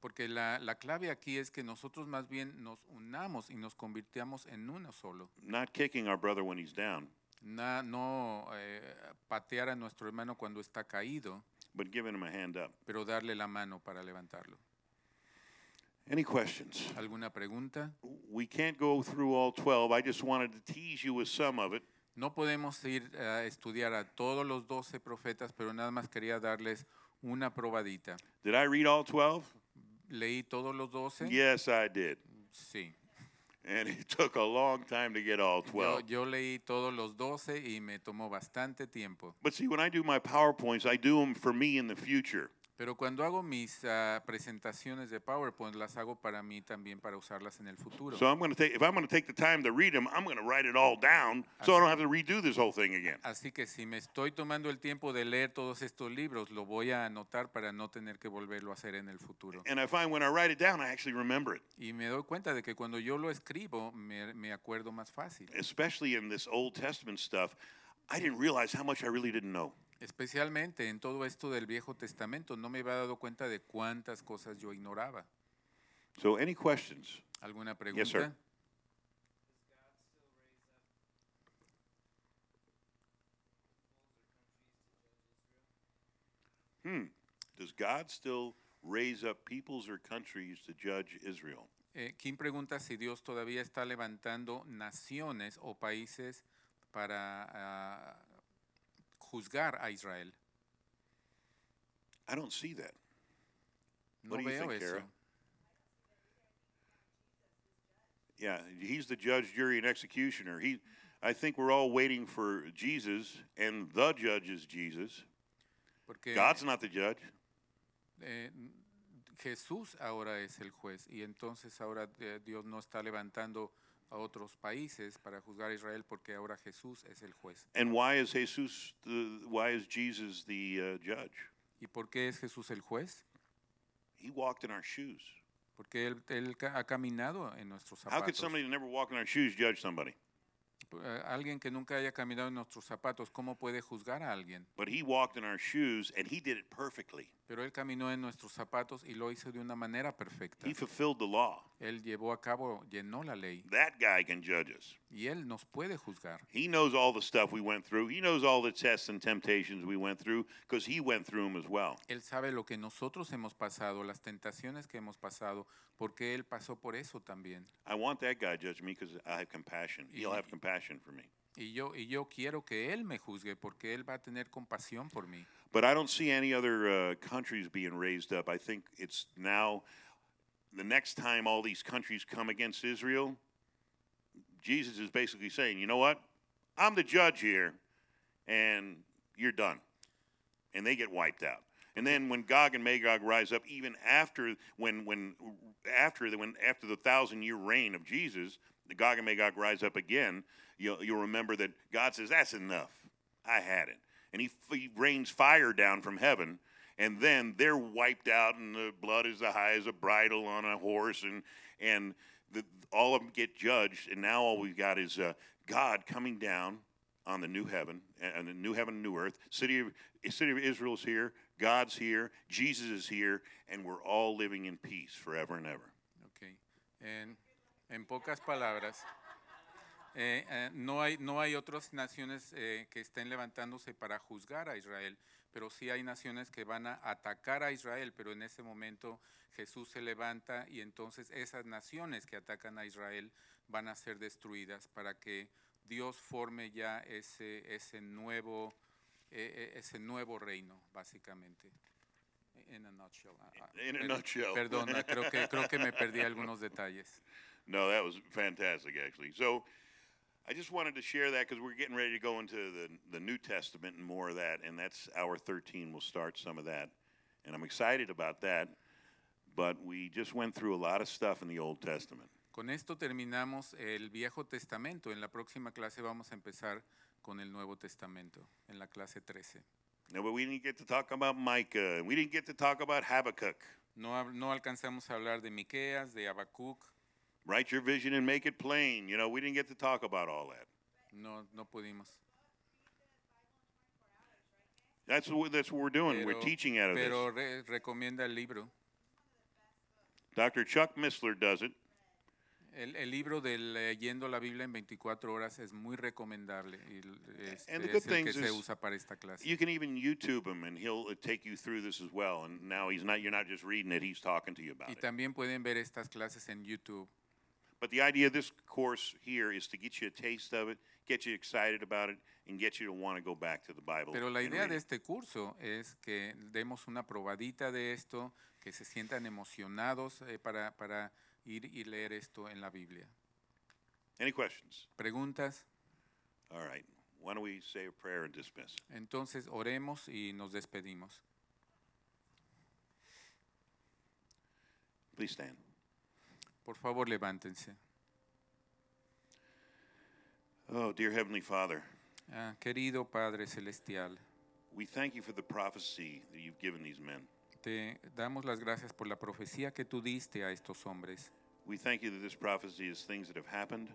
[SPEAKER 2] Porque la, la clave aquí es que nosotros más bien nos unamos y nos convirtamos en uno solo.
[SPEAKER 1] Not kicking our brother when he's down,
[SPEAKER 2] Na- no eh, patear a nuestro hermano cuando está caído,
[SPEAKER 1] but giving him a hand up.
[SPEAKER 2] pero darle la mano para levantarlo.
[SPEAKER 1] Any questions?
[SPEAKER 2] ¿Alguna pregunta?
[SPEAKER 1] We can't go through all 12. I just wanted to tease you with some of it.
[SPEAKER 2] No podemos ir a estudiar a todos los doce profetas, pero nada más quería darles una probadita.
[SPEAKER 1] Did I read all 12?
[SPEAKER 2] ¿Leí todos los doce?
[SPEAKER 1] Yes, I did.
[SPEAKER 2] Sí.
[SPEAKER 1] And it took a long time to get all
[SPEAKER 2] Yo,
[SPEAKER 1] 12.
[SPEAKER 2] yo leí todos los doce y me tomó bastante tiempo.
[SPEAKER 1] But see, when I do my PowerPoints, I do them for me in the future.
[SPEAKER 2] Pero cuando hago mis ah, presentaciones de PowerPoint, las hago para mí también, para usarlas en el futuro.
[SPEAKER 1] So I'm going to take, if I'm going to take the time to read them, I'm going to write it all down so I don't have to redo this whole thing again.
[SPEAKER 2] Así que si me estoy tomando el tiempo de leer todos estos libros, lo voy a anotar para no tener que volverlo a hacer en el futuro.
[SPEAKER 1] And I find when I write it down, I actually remember it,
[SPEAKER 2] Y me doy cuenta de que cuando yo lo escribo, me, me acuerdo más fácil.
[SPEAKER 1] especially in this Old Testament stuff. I didn't realize how much I really didn't know.
[SPEAKER 2] Especialmente en todo esto del Viejo Testamento, no me había dado cuenta de cuántas cosas yo ignoraba.
[SPEAKER 1] So, any questions?
[SPEAKER 2] ¿Alguna
[SPEAKER 1] Yes, sir.
[SPEAKER 2] pregunta?
[SPEAKER 1] Does God still raise up peoples or countries to judge Israel?
[SPEAKER 2] Eh, Kim pregunta si Dios todavía está levantando naciones o países para ah, juzgar a Israel.
[SPEAKER 1] I don't see that.
[SPEAKER 2] No
[SPEAKER 1] What do you
[SPEAKER 2] veo
[SPEAKER 1] think,
[SPEAKER 2] eso.
[SPEAKER 1] Kara? Yeah, he's the judge, jury, and executioner. He, I think we're all waiting for Jesus, and the judge is Jesus.
[SPEAKER 2] Porque
[SPEAKER 1] God's not the judge.
[SPEAKER 2] eh, Jesús ahora es el juez y entonces ahora eh, Dios no está levantando a otros países para juzgar a Israel porque ahora Jesús es el juez.
[SPEAKER 1] And why is Jesus the, why is Jesus the uh, judge?
[SPEAKER 2] ¿Y por qué es Jesús el juez?
[SPEAKER 1] He walked in our shoes.
[SPEAKER 2] Porque Él, él ca- ha caminado en nuestros
[SPEAKER 1] How could
[SPEAKER 2] zapatos.
[SPEAKER 1] somebody who never walked in our shoes judge somebody?
[SPEAKER 2] Eh, Alguien que nunca haya caminado en nuestros zapatos, ¿cómo puede juzgar a alguien?
[SPEAKER 1] But he walked in our shoes and he did it perfectly.
[SPEAKER 2] Pero Él caminó en nuestros zapatos y lo hizo de una manera perfecta.
[SPEAKER 1] He fulfilled the law.
[SPEAKER 2] Él llevó a cabo, llenó la ley
[SPEAKER 1] That guy can judge us.
[SPEAKER 2] y Él nos puede juzgar.
[SPEAKER 1] He knows all the stuff we went through. He knows all the tests and temptations we went through because he went through them as well.
[SPEAKER 2] Él sabe lo que nosotros hemos pasado, las tentaciones que hemos pasado, porque Él pasó por eso también.
[SPEAKER 1] I want that guy to judge me because I have compassion. He'll have compassion for me.
[SPEAKER 2] Y yo, y yo quiero que Él me juzgue, porque Él va a tener compasión por mí.
[SPEAKER 1] But I don't see any other uh, countries being raised up. I think it's now the next time all these countries come against Israel, Jesus is basically saying, you know what? I'm the judge here, and you're done. And they get wiped out. And then when Gog and Magog rise up, even after when when after the when after the thousand year reign of Jesus, the Gog and Magog rise up again. You'll, you'll remember that God says, "That's enough. I had it." And he, f- he rains fire down from heaven, and then they're wiped out, and the blood is the high as a bridle on a horse, and and the, all of them get judged. And now all we've got is uh, God coming down on the new heaven and the new heaven and new earth. City of city of Israel's here, God's here, Jesus is here, and we're all living in peace forever and ever.
[SPEAKER 2] Ok. En, en pocas palabras, eh, eh, no, hay, no hay otras naciones eh, que estén levantándose para juzgar a Israel, pero sí hay naciones que van a atacar a Israel, pero en ese momento Jesús se levanta y entonces esas naciones que atacan a Israel van a ser destruidas para que Dios forme ya ese, ese, nuevo, eh, eh, ese nuevo reino, básicamente. In a nutshell. Ah, ah,
[SPEAKER 1] In a
[SPEAKER 2] per-
[SPEAKER 1] nutshell.
[SPEAKER 2] Perdón, ah, creo que, creo que me perdí algunos detalles.
[SPEAKER 1] No, that was fantastic, actually. So I just wanted to share that because we're getting ready to go into the, the New Testament and more of that, and that's hour 13. We'll start some of that. And I'm excited about that, but we just went through a lot of stuff in the Old Testament.
[SPEAKER 2] Con esto terminamos el Viejo Testamento. En la próxima clase vamos a empezar con el Nuevo Testamento, en la clase 13.
[SPEAKER 1] No, but we didn't get to talk about Micah, and we didn't get to talk about Habakkuk.
[SPEAKER 2] No, hab- no alcanzamos a hablar de Miqueas, de Habacuc,
[SPEAKER 1] Write your vision and make it plain. You know, we didn't get to talk about all that.
[SPEAKER 2] no, no pudimos.
[SPEAKER 1] That's what, that's what we're doing. we're teaching out of this.
[SPEAKER 2] pero re- recomienda el libro.
[SPEAKER 1] Dr. Chuck Missler does it.
[SPEAKER 2] El, el libro de Leyendo la Biblia en 24 horas es muy recomendable y l- este,
[SPEAKER 1] And the
[SPEAKER 2] es
[SPEAKER 1] good
[SPEAKER 2] el que
[SPEAKER 1] things
[SPEAKER 2] se
[SPEAKER 1] is-
[SPEAKER 2] usa para esta clase.
[SPEAKER 1] You can even YouTube him, and he'll uh, take you through this as well. And now he's not—you're not just reading it; he's talking to you about
[SPEAKER 2] Y
[SPEAKER 1] it.
[SPEAKER 2] también pueden ver estas clases en YouTube.
[SPEAKER 1] But the idea of this course here is to get you a taste of it, get you excited about it, and get you to want to go back to the Bible.
[SPEAKER 2] Pero la
[SPEAKER 1] and
[SPEAKER 2] idea
[SPEAKER 1] read
[SPEAKER 2] de
[SPEAKER 1] it.
[SPEAKER 2] este curso es que demos una probadita de esto, que se sientan emocionados eh, para, para ir y leer esto en la Biblia.
[SPEAKER 1] Any questions?
[SPEAKER 2] ¿Preguntas?
[SPEAKER 1] All right. Why don't we say a prayer and dismiss?
[SPEAKER 2] Entonces oremos y nos despedimos.
[SPEAKER 1] Please stand.
[SPEAKER 2] Por favor, levántense.
[SPEAKER 1] Oh, dear Heavenly Father,
[SPEAKER 2] Ah, querido Padre Celestial,
[SPEAKER 1] we thank you for the prophecy that you've given these men.
[SPEAKER 2] te damos las gracias por la profecía que tú diste a estos hombres.
[SPEAKER 1] We thank you that this prophecy is things that have happened,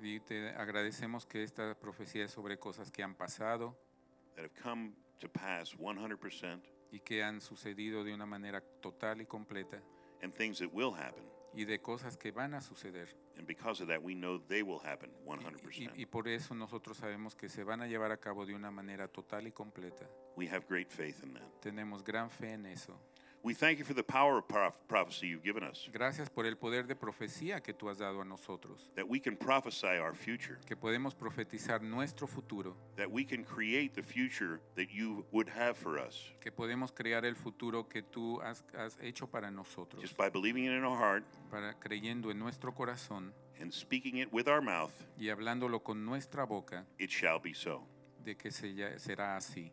[SPEAKER 2] Y te agradecemos que esta profecía es sobre cosas que han pasado
[SPEAKER 1] that have come to pass 100%,
[SPEAKER 2] y que han sucedido de una manera total y completa
[SPEAKER 1] and things that will happen.
[SPEAKER 2] y de cosas que van a suceder.
[SPEAKER 1] And because of that, we know they will happen 100%.
[SPEAKER 2] Y, y- y por eso nosotros sabemos que se van a llevar a cabo de una manera total y completa.
[SPEAKER 1] we have great faith in that.
[SPEAKER 2] Tenemos gran fe en eso.
[SPEAKER 1] We thank you for the power of prof- prophecy you've given us,
[SPEAKER 2] Gracias por el poder de profecía que tú has dado a nosotros,
[SPEAKER 1] that we can prophesy our future,
[SPEAKER 2] que podemos profetizar nuestro futuro,
[SPEAKER 1] that we can create the future that you would have for us
[SPEAKER 2] que podemos crear el futuro que tú has, has hecho para nosotros,
[SPEAKER 1] just by believing it in our heart
[SPEAKER 2] para creyendo en nuestro corazón
[SPEAKER 1] and speaking it with our mouth.
[SPEAKER 2] y hablándolo con nuestra boca
[SPEAKER 1] It shall be so.
[SPEAKER 2] de que se, ya- será así.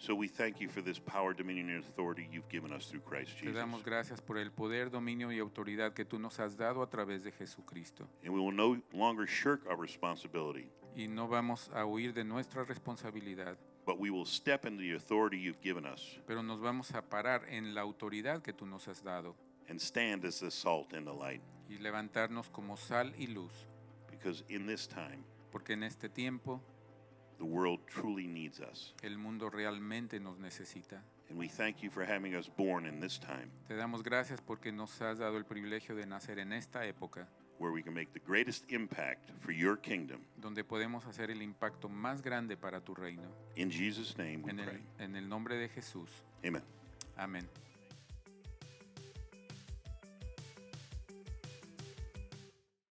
[SPEAKER 1] So we thank you for this power, dominion, and authority you've given us through Christ
[SPEAKER 2] Te
[SPEAKER 1] Jesus.
[SPEAKER 2] damos gracias por el poder, dominio y autoridad que tú nos has dado a través de Jesucristo.
[SPEAKER 1] And we will no longer shirk our responsibility,
[SPEAKER 2] Y no vamos a huir de nuestra responsabilidad,
[SPEAKER 1] but we will step into the authority you've given us
[SPEAKER 2] pero nos vamos a parar en la autoridad que tú nos has dado
[SPEAKER 1] and stand as the salt and the light.
[SPEAKER 2] y levantarnos como sal y luz,
[SPEAKER 1] Because in this time,
[SPEAKER 2] porque en este tiempo
[SPEAKER 1] the world truly needs us.
[SPEAKER 2] el mundo realmente nos necesita.
[SPEAKER 1] And we thank you for having us born in this time
[SPEAKER 2] Te damos gracias porque nos has dado el privilegio de nacer en esta época,
[SPEAKER 1] where we can make the greatest impact for your kingdom.
[SPEAKER 2] donde podemos hacer el impacto más grande para tu reino.
[SPEAKER 1] In Jesus' name we
[SPEAKER 2] En
[SPEAKER 1] pray.
[SPEAKER 2] el, en el nombre de Jesús.
[SPEAKER 1] Amen.
[SPEAKER 2] Amén.